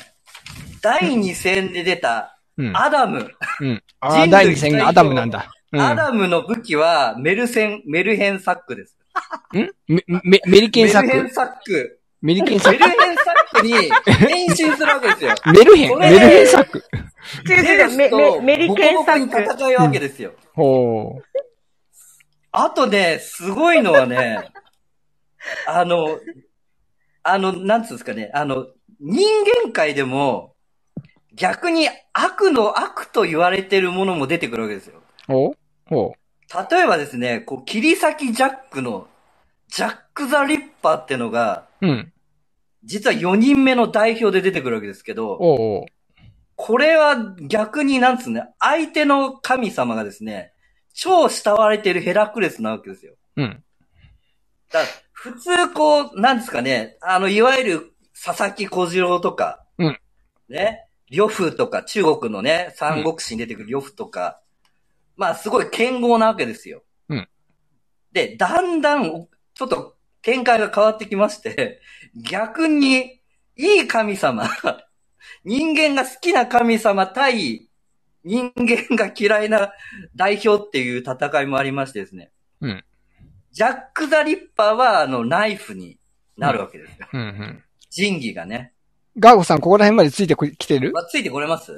Speaker 3: 第2戦で出た
Speaker 1: うん。
Speaker 3: アダム。
Speaker 1: うん。ああ、
Speaker 3: 人類
Speaker 1: 第二戦がアダムなんだ。うん。
Speaker 3: アダムの武器はメルセン、メルヘンサックです。
Speaker 1: んメ、メ、メリケンサッ
Speaker 3: メルヘ
Speaker 1: ク
Speaker 3: ン。サック。
Speaker 1: メリケンサ
Speaker 3: メ
Speaker 1: ッ
Speaker 3: ルヘンサックに変身するわけで すよ。
Speaker 1: ク。メルヘン。
Speaker 3: これ
Speaker 1: メルヘンサック。
Speaker 4: 違う違う違う、メメメリケンサ
Speaker 3: ボコボ
Speaker 4: ッ
Speaker 3: コ
Speaker 4: ク
Speaker 3: に。戦うわけですよ。
Speaker 1: ほう。
Speaker 3: あとね、すごいのはね、あの、あの、なんつうんですかね、あの、人間界でも、逆に悪の悪と言われてるものも出てくるわけですよ。
Speaker 1: ほう。ほ
Speaker 3: 例えばですね、こう、切り裂きジャックの、ジャック・ザ・リッパーってのが、
Speaker 1: う。うん。
Speaker 3: 実は4人目の代表で出てくるわけですけど、
Speaker 1: おうおう。
Speaker 3: これは逆になんつうね、相手の神様がですね、超慕われているヘラクレスなわけですよ。
Speaker 1: うん。
Speaker 3: だから普通こう、なんですかね、あの、いわゆる佐々木小次郎とか、
Speaker 1: うん
Speaker 3: ね、呂布とか、中国のね、三国志に出てくる呂布とか、まあ、すごい剣豪なわけですよ。
Speaker 1: うん
Speaker 3: で、だんだん、ちょっと展開が変わってきまして、逆に、いい神様、人間が好きな神様対、人間が嫌いな代表っていう戦いもありましてですね。
Speaker 1: うん
Speaker 3: ジャック・ザ・リッパーは、あの、ナイフになるわけですよ。
Speaker 1: うんうん。
Speaker 3: 仁義がね。
Speaker 1: ガーゴさん、ここら辺までついてこ来てる
Speaker 3: まあ、ついてこれます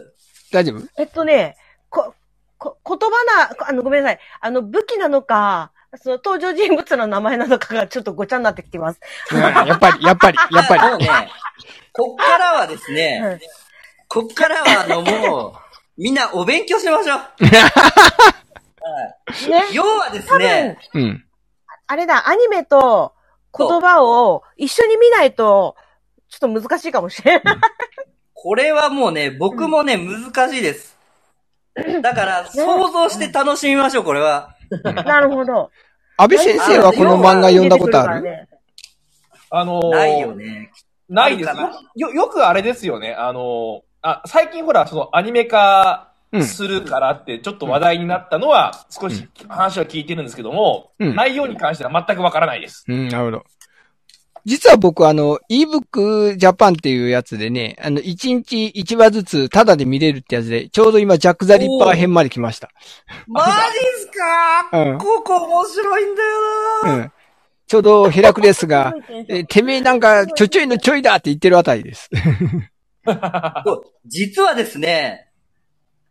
Speaker 1: 大 丈夫
Speaker 4: えっとね、こ、こ、言葉なこ、あの、ごめんなさい。あの、武器なのか、その登場人物の名前なのかがちょっとごちゃになってきてます。
Speaker 1: うんやっぱり、やっぱり、やっぱり。
Speaker 3: もうね、こっからはです
Speaker 4: う
Speaker 3: ね
Speaker 4: ん、
Speaker 3: こっからは、あの、 もう、みんなお勉強しましょう。
Speaker 4: ね。
Speaker 3: 要はですね、
Speaker 1: うん。
Speaker 4: あれだ、アニメと言葉を一緒に見ないと、ちょっと難しいかもしれない。
Speaker 3: これはもうね、僕もね、難しいです。 だから、想像して楽しみましょう、これは。
Speaker 4: なるほど。
Speaker 1: 安倍先生はこの漫画読んだことある
Speaker 4: る
Speaker 2: あのー
Speaker 3: ないよね。
Speaker 2: ないです
Speaker 3: あるかな
Speaker 2: よ。よくあれですよね。あのーあ、最近ほら、そのアニメ化
Speaker 1: うん。
Speaker 2: するからって、ちょっと話題になったのは、少し話は聞いてるんですけども、
Speaker 1: うん
Speaker 2: 内容に関しては全くわからな いです。
Speaker 1: うん、なるほど。実は僕、あの、ebook Japan っていうやつでね、あの、1日1話ずつタダで見れるってやつで、ちょうど今、ジャック・ザ・リッパー編まで来ました。
Speaker 3: マジっすか
Speaker 1: うん
Speaker 3: ここ面白いんだよ
Speaker 1: う
Speaker 3: な、
Speaker 1: ん。ちょうどヘラクレスが、えてめえなんか、ちょちょいのちょいだって言ってるあたりです。
Speaker 3: そう実はですね、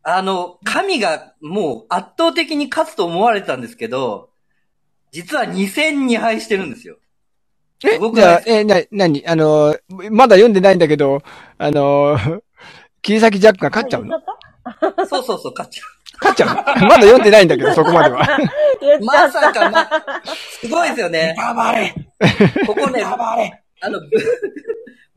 Speaker 3: あの、神がもう圧倒的に勝つと思われたんですけど、実は2戦2敗してるんですよ。
Speaker 1: え
Speaker 3: 僕
Speaker 1: じゃ
Speaker 3: は
Speaker 1: あ、え、な、なに、あの、まだ読んでないんだけ ど、あの、切り裂きジャックが勝っちゃうの
Speaker 3: そうそうそう、勝っちゃ
Speaker 1: かっちゃんまだ読んでないんだけど、そこまでは。
Speaker 4: 言っちゃ
Speaker 3: ま
Speaker 4: っ
Speaker 3: さ か、ま、すごいですよね。
Speaker 2: やばれ
Speaker 3: ここね、
Speaker 2: やばれ
Speaker 3: あの、ぶ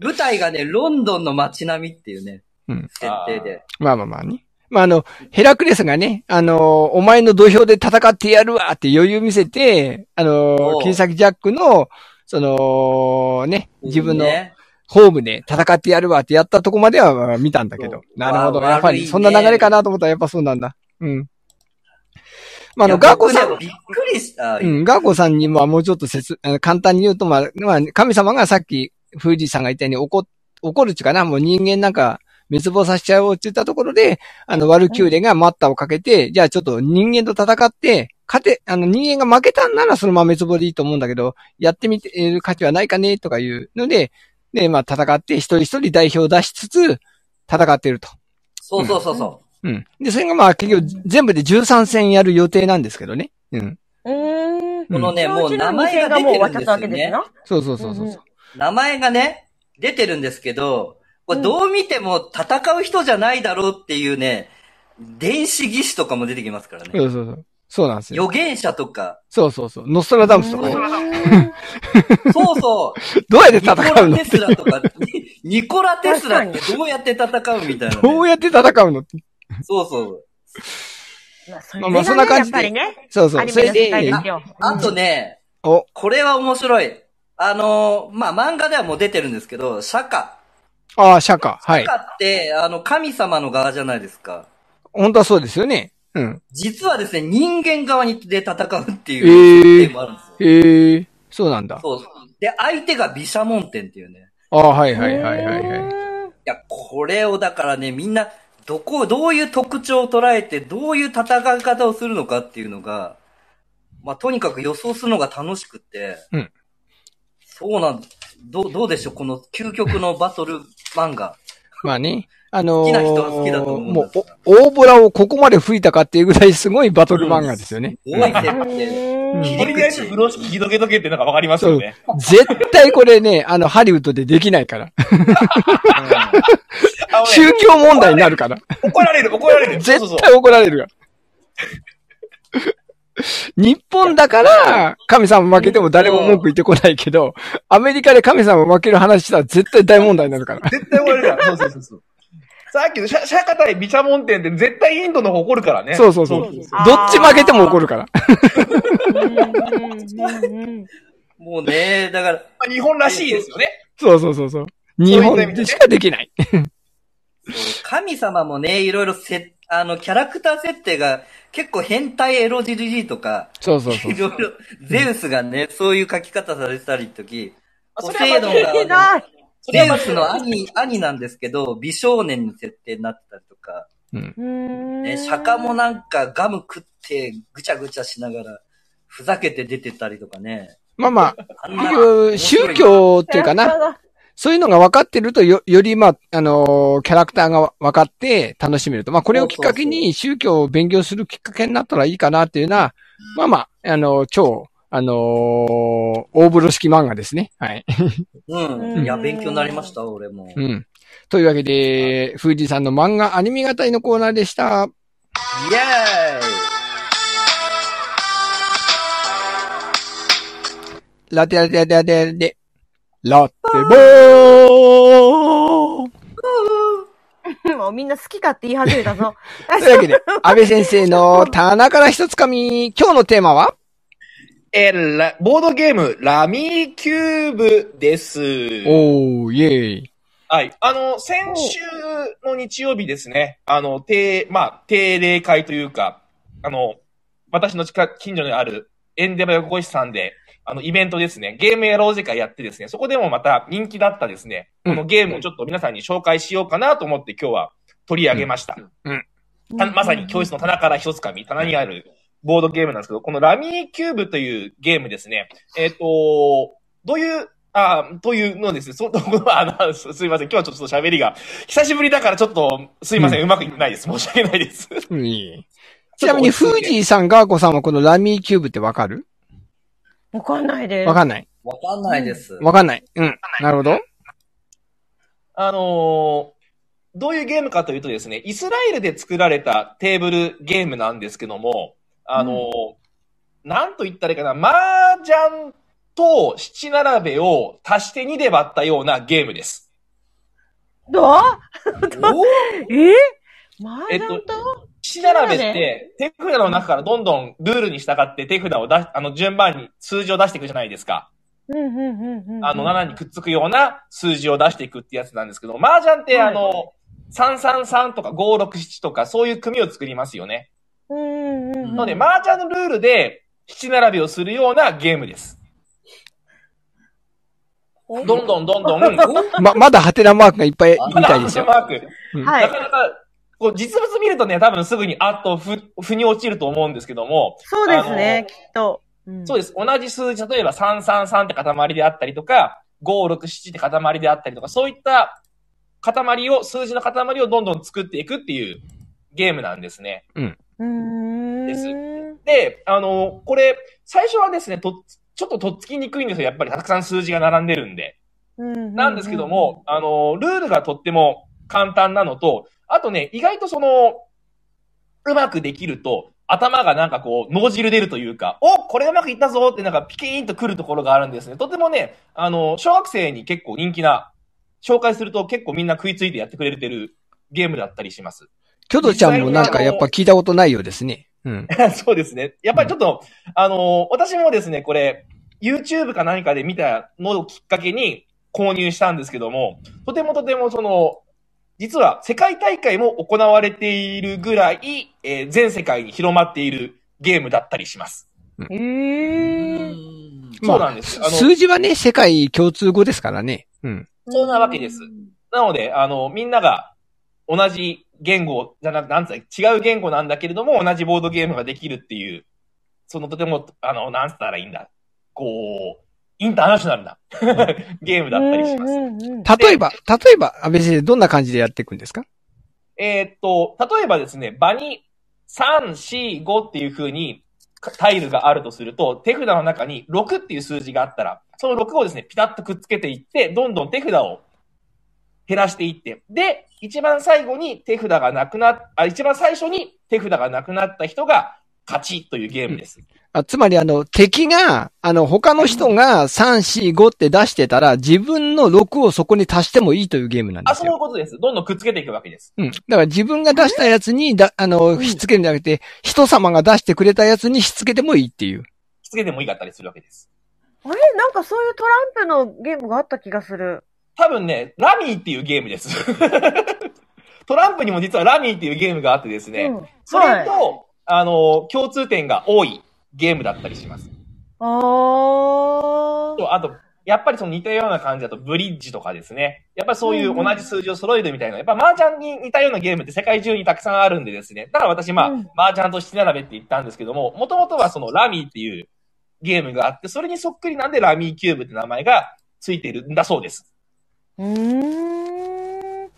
Speaker 3: 舞台がね、ロンドンの街並みっていうね、
Speaker 1: うん
Speaker 3: 設定で。
Speaker 1: まあまあまあね。まああの、ヘラクレスがね、あのーお前の土俵で戦ってやるわって余裕見せて、あの
Speaker 3: お
Speaker 1: ー、
Speaker 3: う
Speaker 1: 金崎ジャックの、その、ね、自分の
Speaker 3: いいね
Speaker 1: ホームで戦ってやるわってやったとこまではまあ見たんだけど
Speaker 3: そ。
Speaker 1: なるほど。
Speaker 3: わあ
Speaker 1: やっぱ
Speaker 3: 悪い
Speaker 1: り、
Speaker 3: ね
Speaker 1: そんな流れかなと思ったらやっぱそうなんだ。うん。まああ
Speaker 3: いや
Speaker 1: の、ガーコさん
Speaker 3: 僕ねびっくりした。
Speaker 1: うん、ガーコさんにももうちょっと説、あの簡単に言うと、まあ、まあ、神様がさっき、富士山が言ったように怒、怒るっていうかな、もう人間なんか滅亡させちゃおうって言ったところで、あの、ワルキューレが待ったをかけて、じゃあちょっと人間と戦って、勝て、あの、人間が負けたんならそのまま滅亡でいいと思うんだけど、やってみてえる価値はないかね、とかいうので、で、まあ、戦って一人一人代表を出しつつ、戦っていると。
Speaker 3: そうそうそうそ
Speaker 1: うん。で、それがまあ、結局、全部で13戦やる予定なんですけどね。うん。
Speaker 4: うーん。
Speaker 3: う。このね、もう名前が
Speaker 4: が
Speaker 3: 出
Speaker 4: もう
Speaker 3: て
Speaker 4: 終
Speaker 3: る
Speaker 4: わ
Speaker 3: ん
Speaker 4: っ
Speaker 3: で
Speaker 4: ちゃ
Speaker 3: す
Speaker 4: った
Speaker 3: よ
Speaker 4: わけです
Speaker 3: ね。
Speaker 4: な。
Speaker 1: そうそうそうそう
Speaker 4: うん。
Speaker 1: そううん
Speaker 3: 名前がね、出てるんですけど、これどう見ても戦う人じゃないだろうっていうね、電子技師とかも出てきますからね。
Speaker 1: そうそうそう。そうなんですよ。
Speaker 3: 預言者とか。
Speaker 1: そうそうそう。ノストラダムスとかね。
Speaker 3: そ うそう。
Speaker 1: どうやって
Speaker 3: ニコ
Speaker 1: 戦う
Speaker 3: ラ
Speaker 1: の
Speaker 3: テスラとか。ニコラテスラってどうやって戦うみたいなね、
Speaker 1: どうやって戦うの
Speaker 3: そうそう。
Speaker 1: まあまあそんな感じで
Speaker 4: やっぱりね、
Speaker 1: そうそ
Speaker 4: ア
Speaker 1: う。
Speaker 4: ニ
Speaker 1: そ
Speaker 4: メ
Speaker 1: れ
Speaker 4: の世界で
Speaker 1: で、
Speaker 4: すよ。
Speaker 3: あとね、
Speaker 1: お、
Speaker 3: これは面白い。あのーまあ、漫画ではもう出てるんですけど、釈迦。
Speaker 1: ああ、釈迦。はい
Speaker 3: 釈。迦って、あの、神様の側じゃないですか。
Speaker 1: 本当はそうですよね。うん。
Speaker 3: 実はですね、人間側にで戦うっていう
Speaker 1: ええ
Speaker 3: テーマあるんですよ。
Speaker 1: へえ、そうなんだ。
Speaker 3: そう。で、相手が毘沙門天っていうね。
Speaker 1: ああ、はいはいはいはいはい。
Speaker 3: いや、これをだからね、みんな、どこ、どういう特徴を捉えて、どういう戦い方をするのかっていうのが、まあ、とにかく予想するのが楽しくて。
Speaker 1: うん
Speaker 3: そうなんどう、どうでしょうこの究極のバトル漫画。
Speaker 1: まあね。あのー
Speaker 3: 好きな人は好きだと思うん
Speaker 1: も
Speaker 3: です
Speaker 1: う
Speaker 3: が、
Speaker 1: お大ボラをここまで吹いたかっていうぐらいすごいバトル漫画ですよね。
Speaker 3: 多い設
Speaker 4: う
Speaker 3: 定。
Speaker 4: ーん
Speaker 3: 切
Speaker 2: これに対して風呂敷ひどけどけってなんかわかりますよね。
Speaker 1: 絶対これね、あの、ハリウッドでできないから。
Speaker 2: あのね
Speaker 1: 宗教問題になるから。
Speaker 2: 怒られる、怒られる。そうそう
Speaker 1: 絶対怒られるが。日本だから、神様負けても誰も文句言ってこないけど、アメリカで神様負ける話したら絶対大問題になるから。
Speaker 2: 絶対怒られるから。そうそうそうそう。さっきのシャシャカ対ビチャモン店って絶対インドの方怒るからね。
Speaker 1: そうそうそう。どっち負けても怒るから。
Speaker 4: うんうんうん
Speaker 3: もうね、だから、
Speaker 2: まあ日本らしいですよね。
Speaker 1: そうそうそうそう。日本でしかできない。
Speaker 3: 神様もね、いろいろせ、あの、キャラクター設定が結構変態エロジリジとか、
Speaker 1: そうそうそう
Speaker 3: い。ろいろ、ゼウスがね、そういう書き方されてたりとき、
Speaker 2: あ
Speaker 3: ポ
Speaker 2: それ
Speaker 3: セイ
Speaker 2: は
Speaker 3: ド
Speaker 2: ま
Speaker 3: ン
Speaker 2: あ
Speaker 4: ひど
Speaker 3: が、
Speaker 4: い。
Speaker 3: ゼウスの兄、 兄なんですけど、美少年の設定になってたりとか、
Speaker 4: うーん
Speaker 3: ね、釈迦もなんかガム食ってぐちゃぐちゃしながら、ふざけて出てたりとかね。
Speaker 1: まあま
Speaker 3: あん
Speaker 1: あ、
Speaker 3: な
Speaker 1: 結局宗教っていうかな、。そういうのが分かってるとよ、より、まあ、あのーキャラクターが分かって楽しめると。まあ、これをきっかけに宗教を勉強するきっかけになったらいいかなっていうのは、まあまあ、あのー超、あのー大風呂式漫画ですね。はい。
Speaker 3: うん。いや、勉強になりました、俺も。
Speaker 1: うん。というわけで、フージーさんの漫画アニメ語りのコーナーでした。
Speaker 3: イエーイ
Speaker 1: ラテラテラテラテラテ、ラテボー
Speaker 4: もうみんな好きかって言い始めたぞ。
Speaker 1: というわけで、安倍先生 の棚から一つかみ、今日のテーマは
Speaker 2: えーラボードゲーム、ラミーキューブです。
Speaker 1: おー、イェーイ。
Speaker 2: はい。あの、先週の日曜日ですね、あの、定、まあ、定例会というか、あの、私の近近所にあるエンデバ横越さんで、あの、イベントですね、ゲームやろう時間やってですね、そこでもまた人気だったですね、
Speaker 1: うん
Speaker 2: このゲームをちょっと皆さんに紹介しようかなと思って今日は取り上げました。たまさに教室の棚から一つかみ、棚にあるボードゲームなんですけど、このラミーキューブというゲームですね。えっ、と、どういう、あというの ですね、そあのすすいません、今日はちょっと喋りが、久しぶりだからちょっと、すいません、うまくいってないです。申し訳ないです。
Speaker 1: うんいいちなみに、フージーさん、ガーコさんはこのラミーキューブってわかる
Speaker 4: わかんないです。
Speaker 1: わかんない。
Speaker 3: わかんないです。
Speaker 1: わかんない。うん。なるほど。
Speaker 2: あのーどういうゲームかというとですね、イスラエルで作られたテーブルゲームなんですけども、あの、なんと言ったらいいかな、麻雀と七並べを足して2で割ったようなゲームです。
Speaker 4: どう
Speaker 3: お
Speaker 4: えマージャンと、
Speaker 2: 七並べって手札の中からどんどんルールに従って手札を出し、あの、順番に数字を出していくじゃないですか。
Speaker 4: うんうんうんうん。
Speaker 2: あの、7にくっつくような数字を出していくってやつなんですけど、麻雀って
Speaker 4: はい
Speaker 2: あの、333とか567とかそういう組を作りますよね。
Speaker 4: うんうんうん。
Speaker 2: ので、麻雀のルールで七並びをするようなゲームです。どんどんどん どん、み
Speaker 1: ま、まだハテナマークがいっぱいみたいですよ。
Speaker 2: マーク。
Speaker 1: うん
Speaker 4: は
Speaker 2: ないか。なか、こう実物見るとね、多分すぐにあっとふ、腑に落ちると思うんですけども、
Speaker 4: そうですね、きっと。うん
Speaker 2: そうです。同じ数字、例えば333って塊であったりとか、567って塊であったりとか、そういった塊を、数字の塊をどんどん作っていくっていうゲームなんですね。
Speaker 4: うーん。
Speaker 2: ですで、あの、これ、最初はですね、とっちょっととっつきにくいんですよ。やっぱりたくさん数字が並んでるんで。な
Speaker 4: なん
Speaker 2: ですけども、、あの、ルールがとっても簡単なのと、あとね、意外とその、うまくできると、頭がなんかこう、脳汁出るというか、おこれうまくいったぞってなんかピキーンとくるところがあるんですね。とてもね、あの、小学生に結構人気な、紹介すると結構みんな食いついてやってくれてるゲームだったりします。
Speaker 1: キョドちゃんもなんかやっぱ聞いたことないようですね。うん。
Speaker 2: そうですね。やっぱりちょっと、あのー私もですね、これ、YouTube か何かで見たのをきっかけに購入したんですけども、とてもとてもその、実は世界大会も行われているぐらい、えー全世界に広まっているゲームだったりします。
Speaker 4: えー、
Speaker 2: そうなんです。あの、
Speaker 1: 数字はね、世界共通語ですからね。うん。
Speaker 2: そうなわけですなので、あの、みんなが同じ言語じゃなくなんつうの違う言語なんだけれども、同じボードゲームができるっていう、そのとても、あの、なんつったらいいんだ。こう、インターナショナルなゲームだったりします。
Speaker 4: す。
Speaker 1: 例えば、例えば、安倍先生、どんな感じでやっていくんですか
Speaker 2: えーっと、例えばですね、場に3、4、5っていう風にかタイルがあるとすると、手札の中に6っていう数字があったら、その6をですね、ピタッとくっつけていって、どんどん手札を減らしていって、で、一番最後に手札がなくなっ、あ、一番最初に手札がなくなった人が勝ちというゲームです。
Speaker 1: あつまり、あの、敵が、あの、他の人が3、4、5って出してたら、自分の6をそこに足してもいいというゲームなんで
Speaker 2: あ、
Speaker 1: す
Speaker 2: そうい
Speaker 1: よ
Speaker 2: う。ことです。どんどんくっつけていくわけです。
Speaker 1: うん。だから自分が出したやつに、だ、あの、ひっつけるんじゃなくて、人様が出してくれたやつにひっつけてもいいっていう。
Speaker 2: くっつけてもいいかったりするわけです。
Speaker 4: あれなんかそういうトランプのゲームがあった気がする。
Speaker 2: 多分ね、ラミーっていうゲームです。 トランプにも実はラミーっていうゲームがあってですね、
Speaker 4: うん、
Speaker 2: それと、
Speaker 4: はい
Speaker 2: あの、共通点が多いゲームだったりします。
Speaker 4: あー。
Speaker 2: とあと、やっぱりその似たような感じだと、ブリッジとかですね。やっぱりそういう同じ数字を揃えるみたいな。やっぱ麻雀に似たようなゲームって世界中にたくさんあるんでですね。だから私、まあ、
Speaker 4: うん
Speaker 2: 麻雀と七並べって言ったんですけども、もともとはそのラミーっていうゲームがあって、それにそっくりなんでラミーキューブって名前がついてるんだそうです。
Speaker 4: うーん。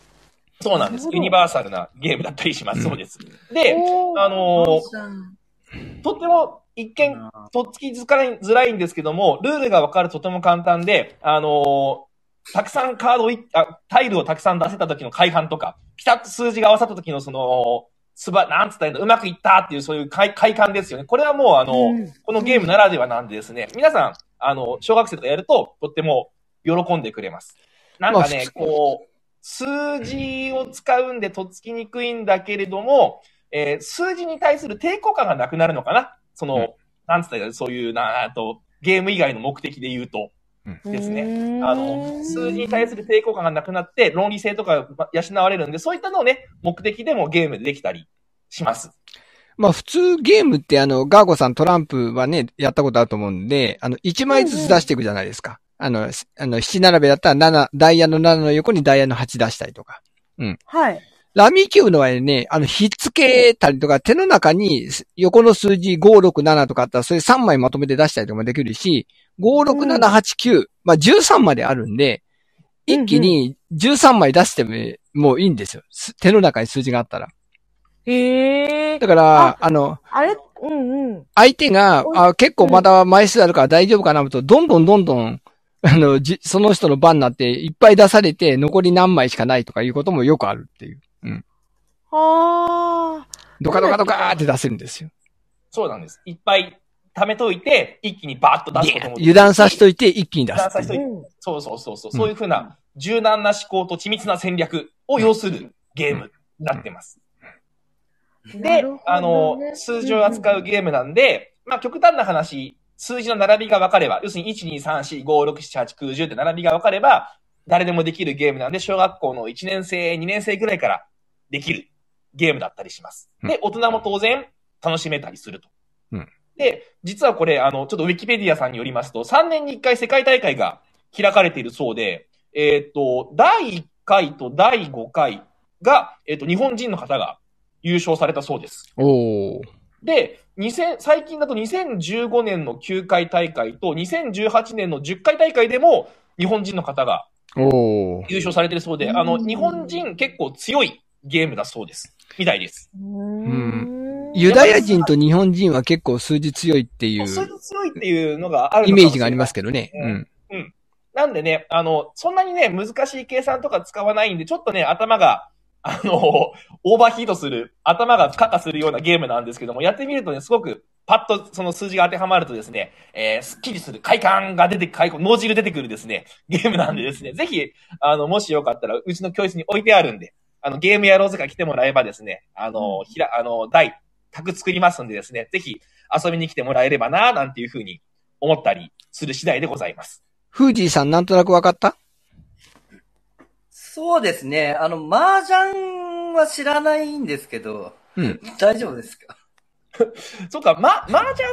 Speaker 2: そうなんです
Speaker 4: なるほ。ど
Speaker 2: ユニバーサルなゲームだったりしま
Speaker 1: うん
Speaker 2: す。そうです。で、
Speaker 4: おー
Speaker 2: あのーとっても一見とっつきづかいづらいんですけども、ルールが分かるとても簡単で、あのーたくさんカードをいあ、タイルをたくさん出せた時の改判とか、ピタッと数字が合わさった時のその、すば、なんつったらいいんだ、うまくいったっていうそういう快快感ですよね。これはもうあのー
Speaker 4: うん
Speaker 2: このゲームならではなんでですね、皆さん、あの、小学生とかやると、とっても喜んでくれます。なんかね、
Speaker 1: まあ
Speaker 2: こう、数字を使うんでとっつきにくいんだけれども、えー数字に対する抵抗感がなくなるのかなその、
Speaker 1: うん
Speaker 2: なんつったらいいのそういうな、あと、ゲーム以外の目的で言うと、ですねあの、数字に対する抵抗感がなくなって、論理性とかが養われるんで、そういったのをね、目的でもゲームでできたりします。
Speaker 1: まあ普通ゲームってあの、ガーゴさんトランプはね、やったことあると思うんで、あの、1枚ずつ出していくじゃないですか。あの、しあの、7並べだったら7、ダイヤの7の横にダイヤの8出したりとか。
Speaker 4: はい。
Speaker 1: ラミーキューブの場合ね、あの、ひっつけたりとか、手の中にす横の数字5、6、7とかあったら、それ3枚まとめて出したりとかもできるし、5、6、7、8、9、まあ13まであるんで、一気に13枚出してももういいんですよ。す手の中に数字があったら。
Speaker 4: へえ
Speaker 1: だ。から、あの、
Speaker 4: あれうんうん。
Speaker 1: 相手が、
Speaker 4: おい
Speaker 1: あ結構まだ枚数あるから大丈夫かなと、どんどんどんどん、あの、じ、その人の番になっていっぱい出されて残り何枚しかないとかいうこともよくあるっていう。
Speaker 4: はあ。
Speaker 1: ドカドカドカーって出せるんですよ。
Speaker 2: そうなんです。いっぱい貯めといて、一気にバーッと出すこともできる
Speaker 1: 油断させといて一気に出す
Speaker 2: 油断
Speaker 1: って
Speaker 2: さ
Speaker 1: い
Speaker 2: せ
Speaker 1: う
Speaker 2: といて。そうそうそうそう。
Speaker 1: うん
Speaker 2: そういうふうな柔軟な思考と緻密な戦略を要するゲームになってます。
Speaker 4: な
Speaker 2: で
Speaker 4: るほどね、
Speaker 2: あの、数字を扱うゲームなんで、まあ極端な話、数字の並びが分かれば、要するに1、2、3、4、5、6、7、8、9、10って並びが分かれば、誰でもできるゲームなんで、小学校の1年生、2年生ぐらいからできるゲームだったりします。で、大人も当然楽しめたりすると。
Speaker 1: うん
Speaker 2: で、実はこれ、あの、ちょっとウィキペディアさんによりますと、3年に1回世界大会が開かれているそうで、えーっと、第1回と第5回が、えーっと、日本人の方が優勝されたそうです。
Speaker 1: おー。
Speaker 2: で、2000最近だと2015年の9回大会と2018年の10回大会でも日本人の方が
Speaker 1: おー。
Speaker 2: 優勝されてるそうで、
Speaker 4: うん
Speaker 2: あの、日本人結構強いゲームだそうです。みたいです。
Speaker 4: うーん。
Speaker 1: ユダヤ人と日本人は結構数字強いっていう
Speaker 2: それで強いっていうのがある
Speaker 1: イ
Speaker 2: のかもしれ
Speaker 1: メ
Speaker 2: な
Speaker 1: ー
Speaker 2: い
Speaker 1: ジがありますけどね。
Speaker 2: う
Speaker 1: うん。
Speaker 2: なんでね、あの、そんなにね、難しい計算とか使わないんで、ちょっとね、頭が、あの、 オーバーヒートする、頭がカカするようなゲームなんですけども、やってみるとね、すごく、パッとその数字が当てはまるとですね、えー、スッキリする、快感が出て、快感、脳汁出てくるですね、ゲームなんでですね、ぜひ、あの、もしよかったら、うちの教室に置いてあるんで、あの、ゲームやろうぜか来てもらえばですね、あの、ひら、あの、台、卓作りますんでですね、ぜひ遊びに来てもらえればな、なんていうふうに思ったりする次第でございます。
Speaker 1: フージーさんなんとなくわかった
Speaker 3: そうですね。あの、麻雀は知らないんですけど、
Speaker 1: うん
Speaker 3: 大丈夫ですか
Speaker 2: そっか、ま、麻雀、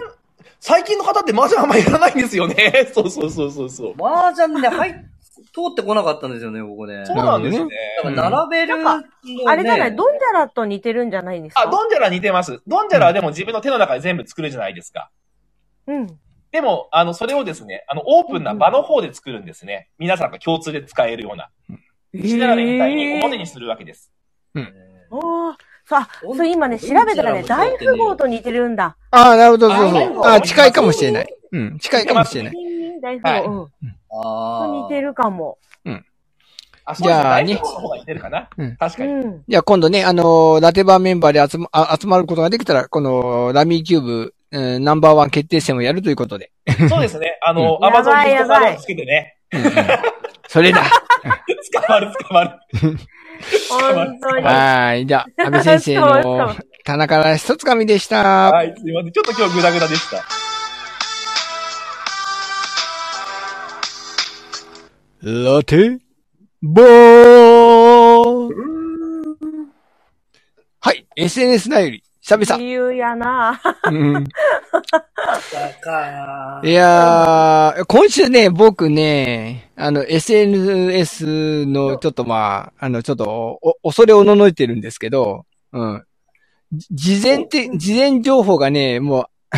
Speaker 2: 最近の方って麻雀あんまやらないんですよね。 そうそうそうそうそう。
Speaker 3: 麻雀ね、はい、通ってこなかったんですよね、ここね。
Speaker 2: そうなんですね。
Speaker 3: なんか並べるの
Speaker 4: なん
Speaker 3: ね、
Speaker 4: あれじゃない、ドンジャラと似てるんじゃないんですか
Speaker 2: あ、ドンジャラ似てます。ドンジャラはでも自分の手の中で全部作るじゃないですか。
Speaker 4: うん。
Speaker 2: でも、あの、それをですね、あの、オープンな場の方で作るんですね。皆さんが共通で使えるような。しながらみたいに表にするわけです。
Speaker 4: ああ。そう、あ、そう今ね、調べたらね、大富豪と似てるんだ。
Speaker 1: ああ、なるほど、そうそ
Speaker 2: あ
Speaker 1: う。
Speaker 2: ー
Speaker 1: ああ、近いかもしれない。うん、近いかもしれない。
Speaker 4: 大
Speaker 2: は
Speaker 4: 富
Speaker 2: い
Speaker 4: 豪、うん。
Speaker 3: あ
Speaker 4: と
Speaker 3: ー
Speaker 4: 似て。るかも。
Speaker 2: あ、そう
Speaker 1: じゃあ
Speaker 2: ですね。大富豪の方が似てるかな。
Speaker 1: うん
Speaker 2: 確
Speaker 4: う
Speaker 2: かに。
Speaker 4: ん。
Speaker 1: じゃあ今度ね、あのーラテバーメンバーで集ま、あ集まることができたら、この、ラミーキューブ、うんナンバーワン決定戦をやるということで。
Speaker 2: そうですね。あの、
Speaker 4: ん
Speaker 2: アマゾンに
Speaker 4: やばいやばい
Speaker 2: つけてね。
Speaker 1: うんうんそれだ。
Speaker 2: 捕まる捕まる。
Speaker 4: 本当に。
Speaker 1: はーい。じゃあ、安倍先生
Speaker 4: そう
Speaker 1: の
Speaker 4: そう、
Speaker 1: 田中ら一つかみでした。
Speaker 2: はい、すいません。ちょっと今日グダグダでした。
Speaker 1: ラテ、ボーはい、SNS なより、久々
Speaker 4: 自。由や な。
Speaker 1: うん
Speaker 3: だから
Speaker 1: いやー、今週ね、僕ね、あの、SNS の、ちょっとまあ、あの、ちょっと、お、恐れおののいてるんですけど、うん。じ事前って、事前情報がね、もう、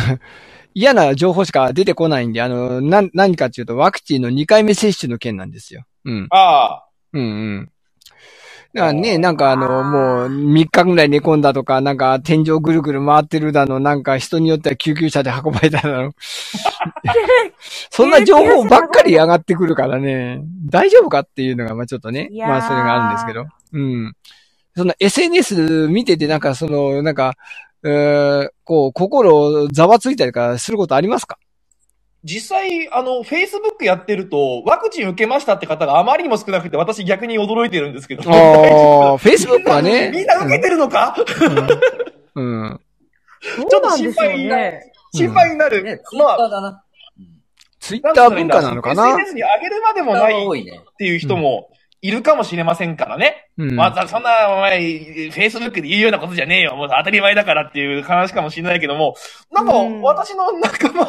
Speaker 1: 嫌な情報しか出てこないんで、あの、な、何かっていうと、ワクチンの2回目接種の件なんですよ。うん。
Speaker 2: あ
Speaker 1: うんうん。だからね、なんかあの、もう3日ぐらい寝込んだとか、なんか天井ぐるぐる回ってるだの、なんか人によっては救急車で運ばれただの。そんな情報ばっかり上がってくるからね、大丈夫かっていうのが、まあちょっとね、
Speaker 4: いやー
Speaker 1: まあそれがあるんですけど。うん。その SNS 見ててなんかその、なんか、えー、こう、心ざわついたりとかすることありますか
Speaker 2: 実際、あの、Facebook やってると、ワクチン受けましたって方があまりにも少なくて、私逆に驚いてるんですけど。
Speaker 1: ああ、Facebook は
Speaker 2: みん
Speaker 1: ね、
Speaker 2: な受けてるのか、
Speaker 1: うん。
Speaker 4: ちょっと心配 ね。
Speaker 2: 心配になる。
Speaker 3: ね、ツイ
Speaker 2: ま
Speaker 3: ッタ
Speaker 2: あ、
Speaker 3: ーだな。
Speaker 1: ツイッター文化なのかな
Speaker 2: ?SNS に上げるまでも
Speaker 3: ツイッタ
Speaker 2: な
Speaker 3: ー
Speaker 2: い
Speaker 3: が多
Speaker 2: っ
Speaker 3: いね。
Speaker 2: ていう人もいるかもしれませんからね。
Speaker 1: うん
Speaker 2: まあ、そんな、お前、Facebook で言うようなことじゃねえよ。もう当たり前だからっていう話かもしれないけども、なんか
Speaker 4: うん、
Speaker 2: 私の仲間、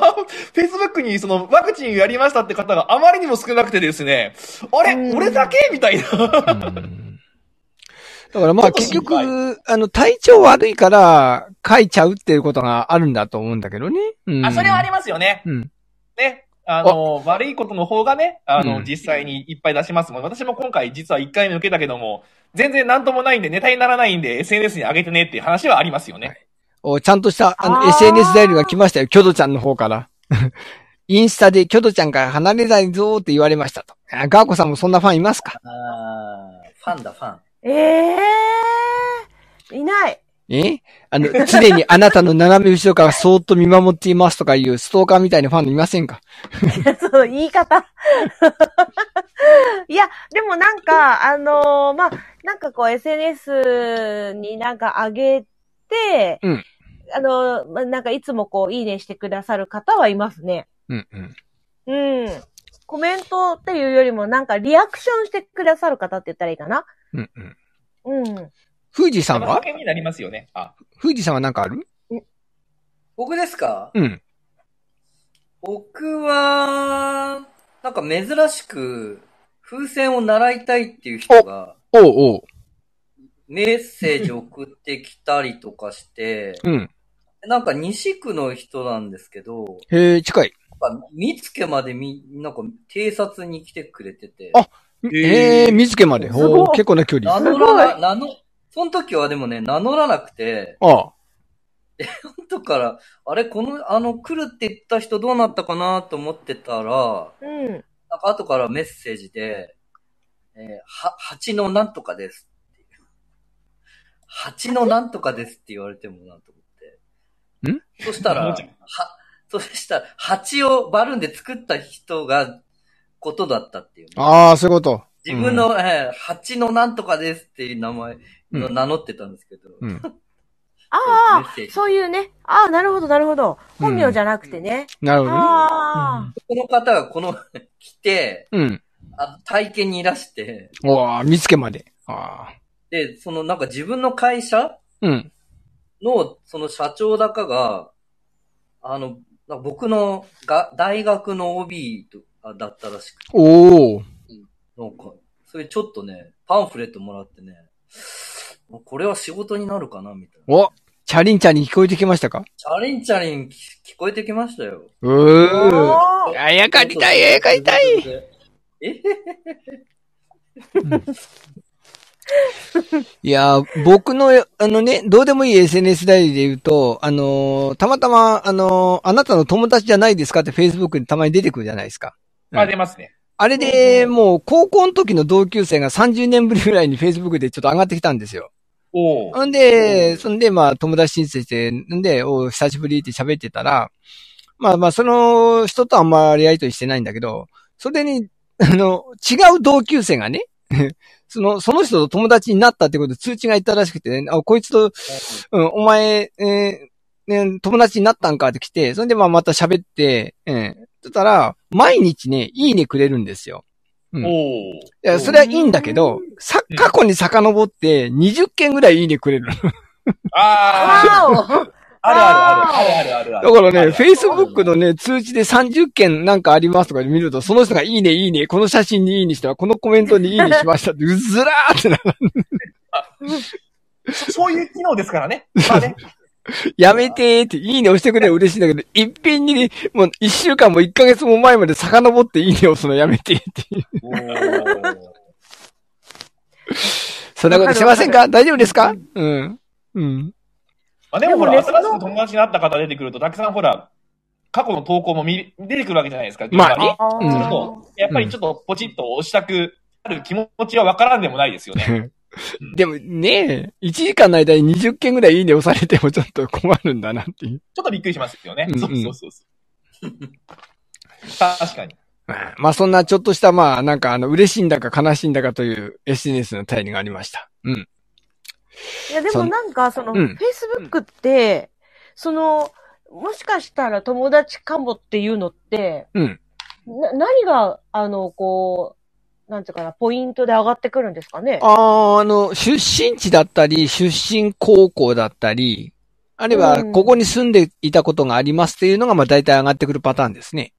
Speaker 2: Facebook にそのワクチンやりましたって方があまりにも少なくてですね、あれ、
Speaker 4: うん
Speaker 2: 俺だけみたいな。
Speaker 1: うんだからまあ結
Speaker 2: ちょっと
Speaker 1: 局、あの、体調悪いから書いちゃうっていうことがあるんだと思うんだけどね。うん、
Speaker 2: あ、それはありますよね。
Speaker 1: うん
Speaker 2: ね。あの、悪いことの方がね、あの、
Speaker 1: うん
Speaker 2: 実際にいっぱい出しますもん。私も今回実は1回目受けたけども、全然なんともないんで、ネタにならないんで、SNS に上げてねっていう話はありますよね。
Speaker 1: おちゃんとした、あ
Speaker 4: あ
Speaker 1: の、
Speaker 4: ー
Speaker 1: SNS 代理が来ましたよ。キョドちゃんの方から。インスタでキョドちゃんから離れないぞーって言われましたと。あガーコさんもそんなファンいますか
Speaker 3: あーファンだ、ファン。
Speaker 4: ええー、いない。
Speaker 1: えあの、常にあなたの斜め後ろからそーっと見守っていますとかいうストーカーみたいなファンいませんか
Speaker 4: その言い方。いや、でもなんか、あのーまあ、なんかこう SNS になんか上げて、
Speaker 1: うん
Speaker 4: あのーまあ、なんかいつもこう、いいねしてくださる方はいますね。
Speaker 1: うんうん。
Speaker 4: うん。コメントっていうよりもなんかリアクションしてくださる方って言ったらいいかな。
Speaker 1: うんうん。
Speaker 4: うん。
Speaker 1: 富士さんは
Speaker 5: 負けになりますよね。あ、
Speaker 1: 富士さんはなんかある
Speaker 3: 僕ですか
Speaker 1: うん。
Speaker 3: 僕は、なんか珍しく、風船を習いたいっていう人が、
Speaker 1: おうおう。
Speaker 3: メッセージ送ってきたりとかして、
Speaker 1: うん。
Speaker 3: なんか西区の人なんですけど、
Speaker 1: へえ、近い。
Speaker 3: なんか見つけまでみ、なんか偵察に来てくれてて、
Speaker 1: あ
Speaker 5: へ
Speaker 1: え
Speaker 5: え
Speaker 1: え、水家まで。
Speaker 4: すご
Speaker 1: お
Speaker 4: い
Speaker 1: ー結構な距離。
Speaker 3: 名乗らな、名乗、その時はでもね、名乗らなくて、
Speaker 1: ああ。
Speaker 3: 後から、あれ、この、あの、来るって言った人どうなったかなと思ってたら、
Speaker 4: うん。
Speaker 3: なんか後からメッセージで、えーは、蜂のなんとかですっていう。蜂のなんとかですって言われてもなと思って。んそしたら、
Speaker 5: も
Speaker 3: は
Speaker 5: うちょい、
Speaker 3: そしたら、蜂をバルーンで作った人が、ことだったっていうね、
Speaker 1: ああ、そういうこと。
Speaker 3: 自分の、えー蜂のなんとかですっていう名前、
Speaker 1: う
Speaker 3: 名乗ってたんですけど、
Speaker 1: うん
Speaker 4: あ
Speaker 3: メッ
Speaker 4: あ
Speaker 3: セー、ジ
Speaker 4: そういうね。ああ、なるほど、なるほど。本名じゃなくてね。
Speaker 1: なるほどね。
Speaker 4: ああ、
Speaker 3: この方がこの、来て、
Speaker 1: うん。
Speaker 3: あの体験にいらして、
Speaker 1: おあ、見つけまで。ああ。
Speaker 3: で、そのなんか自分の会社
Speaker 1: うん。
Speaker 3: の、その社長だかが、あの、なんか僕のが大学の OB とあだったらしくて、
Speaker 1: おお。
Speaker 3: なんか、それちょっとね、パンフレットもらってね、これは仕事になるかな、みたいな。
Speaker 1: おチャリンチャリン聞こえてきましたか
Speaker 3: チャリンチャリン聞聞こえてきましたよ。
Speaker 1: う
Speaker 4: お
Speaker 1: ー。
Speaker 4: ー
Speaker 1: あやかりたい、あやかりたい。
Speaker 3: え
Speaker 1: いやー、僕の、あのね、どうでもいい SNS 代理で言うと、あのーたまたま、あのーあなたの友達じゃないですかって Facebook にたまに出てくるじゃないですか。
Speaker 5: あ、出ますね。
Speaker 1: あれで、もう、高校の時の同級生が30年ぶりぐらいに Facebook でちょっと上がってきたんですよ。
Speaker 5: おお。
Speaker 1: んで、そんで、まあ、友達申請して、んで、おう久しぶりって喋ってたら、まあまあ、その人とあんまりやりとりしてないんだけど、それに、 あの、違う同級生がね、 その、その人と友達になったってことで通知がいったらしくて、ね、あ、こいつと、うん、お前、えーね、友達になったんかって来て、それでまあまた喋って、えー、そしたら、毎日ね、いいねくれるんですよ。うん
Speaker 5: おお。
Speaker 1: いや、それはいいんだけど、さ、過去に遡って20件ぐらいいいねくれる。
Speaker 5: あ
Speaker 4: わ
Speaker 5: あ、あるあるあるあるあるあるある。
Speaker 1: だからね、
Speaker 5: フェ
Speaker 1: Facebook のね、通知で30件なんかありますとかで見ると、その人がいいね、いいね、この写真にいいねしたわこのコメントにいいねしました って、うずらーってな、
Speaker 5: そういう機能ですからね。まあ ね。
Speaker 1: やめてーって、いいね押してくれば嬉しいんだけど、一品にね、もう一週間も一ヶ月も前まで遡っていいね押すのやめてーっていう。
Speaker 5: おー
Speaker 1: そんなことしませんか大丈夫ですかうん。うん。
Speaker 5: まあでもほら、
Speaker 4: でもね
Speaker 5: 新しく友達になった方出てくると、たくさんほら、過去の投稿も見出てくるわけじゃないですか。
Speaker 1: まあね
Speaker 4: あ
Speaker 1: うん
Speaker 5: 順番にち
Speaker 4: ー
Speaker 5: ょっと、やっぱりちょっとポチッと押したくなる気持ちはわからんでもないですよね。
Speaker 1: でもね、1時間の間に20件ぐらいいいね押されてもちょっと困るんだなっていう。
Speaker 5: ちょっとびっくりしますよね
Speaker 1: う。んうん
Speaker 5: そうそうそうそう。確かに。
Speaker 1: まあそんなちょっとしたまあなんかあの嬉しいんだか悲しいんだかという SNS の対理がありました。うん。
Speaker 4: いや、でもなんか、その、
Speaker 1: うん
Speaker 4: Facebook って、その、もしかしたら友達かもっていうのって、
Speaker 1: うん。
Speaker 4: な、何が、あの、こう、なんていうかな、ポイントで上がってくるんですかね。
Speaker 1: あーあの、出身地だったり、出身高校だったり、あるいは
Speaker 4: うん
Speaker 1: ここに住んでいたことがありますっていうのがまあ大体上がってくるパターンですね。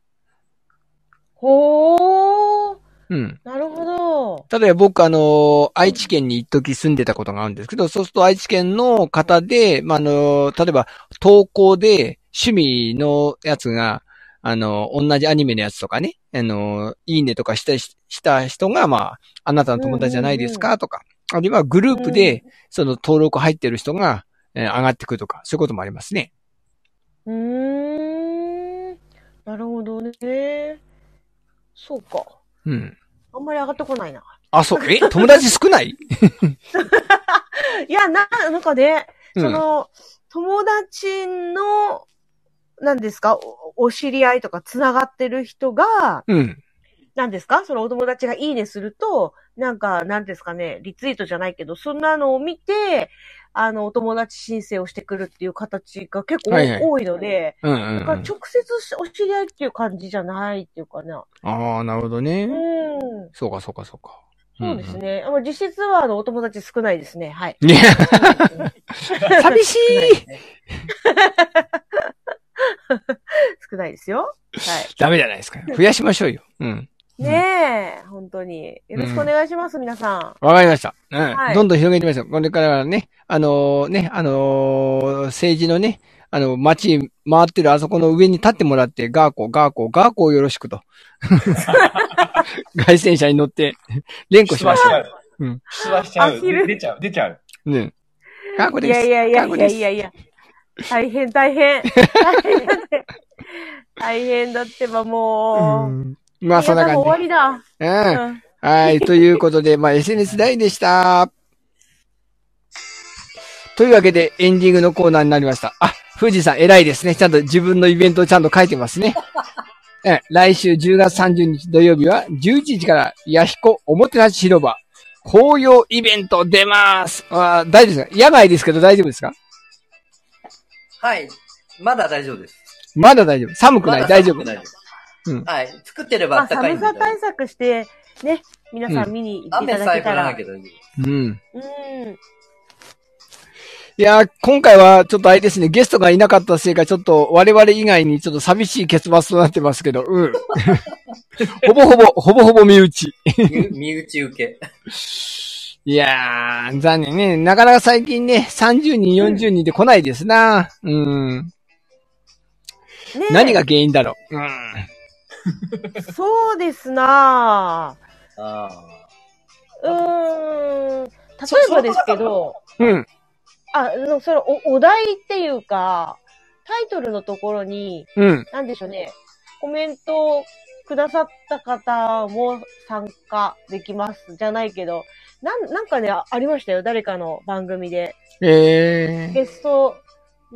Speaker 4: ほー、
Speaker 1: うん。
Speaker 4: なるほど。
Speaker 1: 例えば僕あの、愛知県に一時住んでたことがあるんですけど、そうすると愛知県の方で、まああの、例えば投稿で趣味のやつが、あの、同じアニメのやつとかね、あの、いいねとかした、しした人が、まあ、あなたの友達じゃないです
Speaker 4: うん
Speaker 1: かとか、あるいはグループで、その登録入ってる人が、えー上がってくるとか、そういうこともありますね。
Speaker 4: うーん。なるほどね。えーそうか。
Speaker 1: うん。
Speaker 4: あんまり上がってこないな。
Speaker 1: あ、そう。え友達少ない
Speaker 4: いや、な、なんかね、
Speaker 1: う
Speaker 4: そ
Speaker 1: ん。
Speaker 4: の、友達の、なんですかお、お知り合いとか繋がってる人が、
Speaker 1: うん。
Speaker 4: なんですかそのお友達がいいねすると、なんか、なんですかね、リツイートじゃないけど、そんなのを見て、あの、お友達申請をしてくるっていう形が結構
Speaker 1: はいはい
Speaker 4: 多いので、
Speaker 1: うんうん
Speaker 4: だ
Speaker 1: う
Speaker 4: から
Speaker 1: ん。
Speaker 4: 直接お知り合いっていう感じじゃないっていうかな。
Speaker 1: ああ、なるほど
Speaker 4: う
Speaker 1: ね。
Speaker 4: ん。
Speaker 1: そうか、そうか、そうか。
Speaker 4: そうですね。あまあ実質は、あの、お友達少ないです ね。はい。
Speaker 1: うんうん。いや、寂しい
Speaker 4: 少ないですよ。はい。
Speaker 1: ダメじゃないですか。増やしましょうよ。うん。
Speaker 4: ねえ、本当に。よろしくお願いします、皆さ
Speaker 1: わかりました。うん。
Speaker 4: はい
Speaker 1: どんどん広げてみましょう。これからはね、あのーね、あのー政治のね、あの、街回ってるあそこの上に立ってもらって、ガーコ、ガーコ、ガーコをよろしく と。外戦車に乗って、連呼し
Speaker 5: 出
Speaker 1: ま
Speaker 5: 馬
Speaker 1: し
Speaker 5: しちゃう。
Speaker 1: うん
Speaker 5: 出馬しちゃ
Speaker 4: あ
Speaker 5: う。
Speaker 4: 昼
Speaker 5: で出ちゃう。出ちゃう。
Speaker 1: た。うん。ガーコ
Speaker 4: ん。い
Speaker 1: です。
Speaker 4: やいやいや
Speaker 1: ガーコ
Speaker 4: い
Speaker 1: で
Speaker 4: や
Speaker 1: す
Speaker 4: いやいや。大変 大変。大変だって。大変だってば
Speaker 1: う
Speaker 4: もう。
Speaker 1: ん。まあ、そんな
Speaker 4: もう終わ
Speaker 1: 感じ。
Speaker 4: りだ。
Speaker 1: う。
Speaker 4: うんん。
Speaker 1: はい。ということで、まあ、SNS 大でした。というわけで、エンディングのコーナーになりました。あ、富士山偉いですね。ちゃんと自分のイベントをちゃんと書いてますね。え来週10月30日土曜日は11時から、ヤヒコおもてなし広場、紅葉イベント出ます。あ大丈夫ですか野外ですけど大丈夫ですか
Speaker 3: はい。まだ大丈夫です。
Speaker 1: まだ大丈夫。寒く
Speaker 3: ま
Speaker 1: ない、
Speaker 3: だ
Speaker 1: 大丈夫。
Speaker 3: 大丈
Speaker 1: うん
Speaker 3: 夫。はい。作ってればあ
Speaker 4: まあ、
Speaker 3: ったかい
Speaker 4: 寒
Speaker 3: んで大丈
Speaker 4: さ対策して、ね、皆さ
Speaker 1: うん
Speaker 4: 見に行
Speaker 3: 夫。
Speaker 4: っていた
Speaker 3: 雨さえ
Speaker 4: だけ
Speaker 3: 降
Speaker 4: た
Speaker 3: らな
Speaker 4: ら
Speaker 3: け。ればいいです。
Speaker 1: うん。
Speaker 4: うん。
Speaker 1: いやー、今回はちょっとあれですね、ゲストがいなかったせいか、ちょっと我々以外にちょっと寂しい結末となってますけど、うん。 ほぼほぼ、ほぼほぼ身内。
Speaker 3: 身身内受け。
Speaker 1: いやー、残念ね。なかなか最近ね、30人、40人で来ないですな。うん。
Speaker 4: ねえ
Speaker 1: 何が原因だろう。うん。
Speaker 4: そうですなぁ
Speaker 3: あ
Speaker 4: うーん。例えばですけど、
Speaker 1: うん。
Speaker 4: あ、のそのお、お題っていうか、タイトルのところに、
Speaker 1: うん。
Speaker 4: なんでしょうね、コメントをくださった方も参加できます、じゃないけど、なん、なんかね、あありましたよ、誰かの番組で。
Speaker 1: えー。
Speaker 4: ゲスト、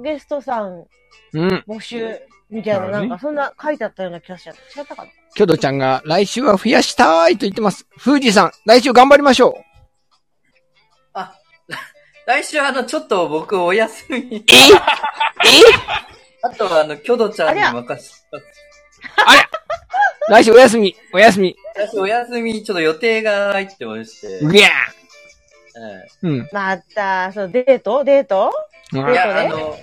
Speaker 4: ゲストさん
Speaker 1: うん。
Speaker 4: 募集みたいな、
Speaker 1: な
Speaker 4: な
Speaker 1: るほどね
Speaker 4: んかそんな書いてあったような気がしちゃった。違ったかな
Speaker 1: キョドちゃんが来週は増やしたいと言ってます。富士山、来週頑張りましょう。
Speaker 3: あ。あ、 来週あの、ちょっと僕お休み。
Speaker 1: え
Speaker 3: あとはあの、キョドちゃんに任せた。
Speaker 1: 来週お休み、お休み。
Speaker 3: 私お休み、ちょっと予定が入ってまして。
Speaker 1: うぎゃ
Speaker 3: え
Speaker 1: ーうん。
Speaker 4: また、そのデートデート
Speaker 3: えい
Speaker 4: そう
Speaker 3: や、あ
Speaker 4: ね
Speaker 3: の、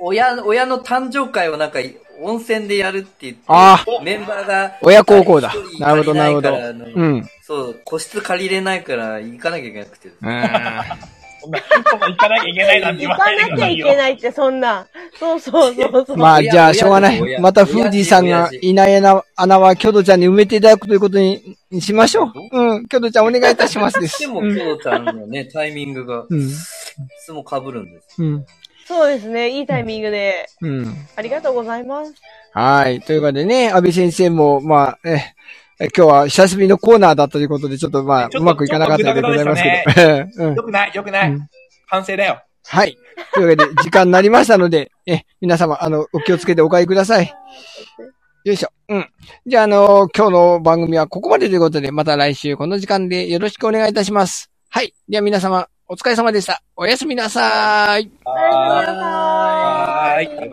Speaker 3: お親、親の誕生会をなんか、温泉でやるって言って、
Speaker 1: あ
Speaker 3: メンバーが、
Speaker 1: 親孝行だ
Speaker 3: 一人
Speaker 1: なるほどなるほど
Speaker 3: 足りいからあの
Speaker 1: うん。
Speaker 3: そう、個室借りれないから行かなきゃいけなくて。
Speaker 1: うん
Speaker 5: そんな、そんな行かなきゃいけないなんて言
Speaker 4: 行
Speaker 5: わ
Speaker 4: か
Speaker 5: ない
Speaker 4: な
Speaker 5: でくだ
Speaker 4: きゃ
Speaker 5: さい
Speaker 4: い
Speaker 5: よ
Speaker 4: けないって、そんな。そうそうそうそう。
Speaker 1: まあ、
Speaker 3: 親
Speaker 1: じゃあ、しょうがな
Speaker 3: 親
Speaker 1: い。また、フーディさんがいない穴穴は、キョドちゃんに埋めていただくということにしましょう。うん、キョドちゃんお願いいたしますです。
Speaker 3: で
Speaker 1: う
Speaker 3: も、
Speaker 1: ん
Speaker 3: キョドちゃんのね、タイミングが、い
Speaker 1: うん、
Speaker 3: つも被るんです。
Speaker 1: うん、
Speaker 4: そうですね。いいタイミングで。
Speaker 1: うん。
Speaker 4: ありがとうございます。
Speaker 1: はい。ということでね、安倍先生も、まあ、え、え今日は久しぶりのコーナーだということで、ちょっと
Speaker 5: ち
Speaker 1: まあ、
Speaker 5: ょっと
Speaker 1: うまくいかなかったようでございますけど。 うん
Speaker 5: よくない、よくない。
Speaker 1: うん
Speaker 5: 反省だよ。
Speaker 1: はい。というわけで、時間になりましたので、え、皆様、あの、お気をつけてお帰りください。よいしょ。うん。じゃあ、あの、今日の番組はここまでということで、また来週この時間でよろしくお願いいたします。はい。では皆様、お疲れ様でした。おやすみなさーい。
Speaker 4: ありがとうございます
Speaker 5: はーい。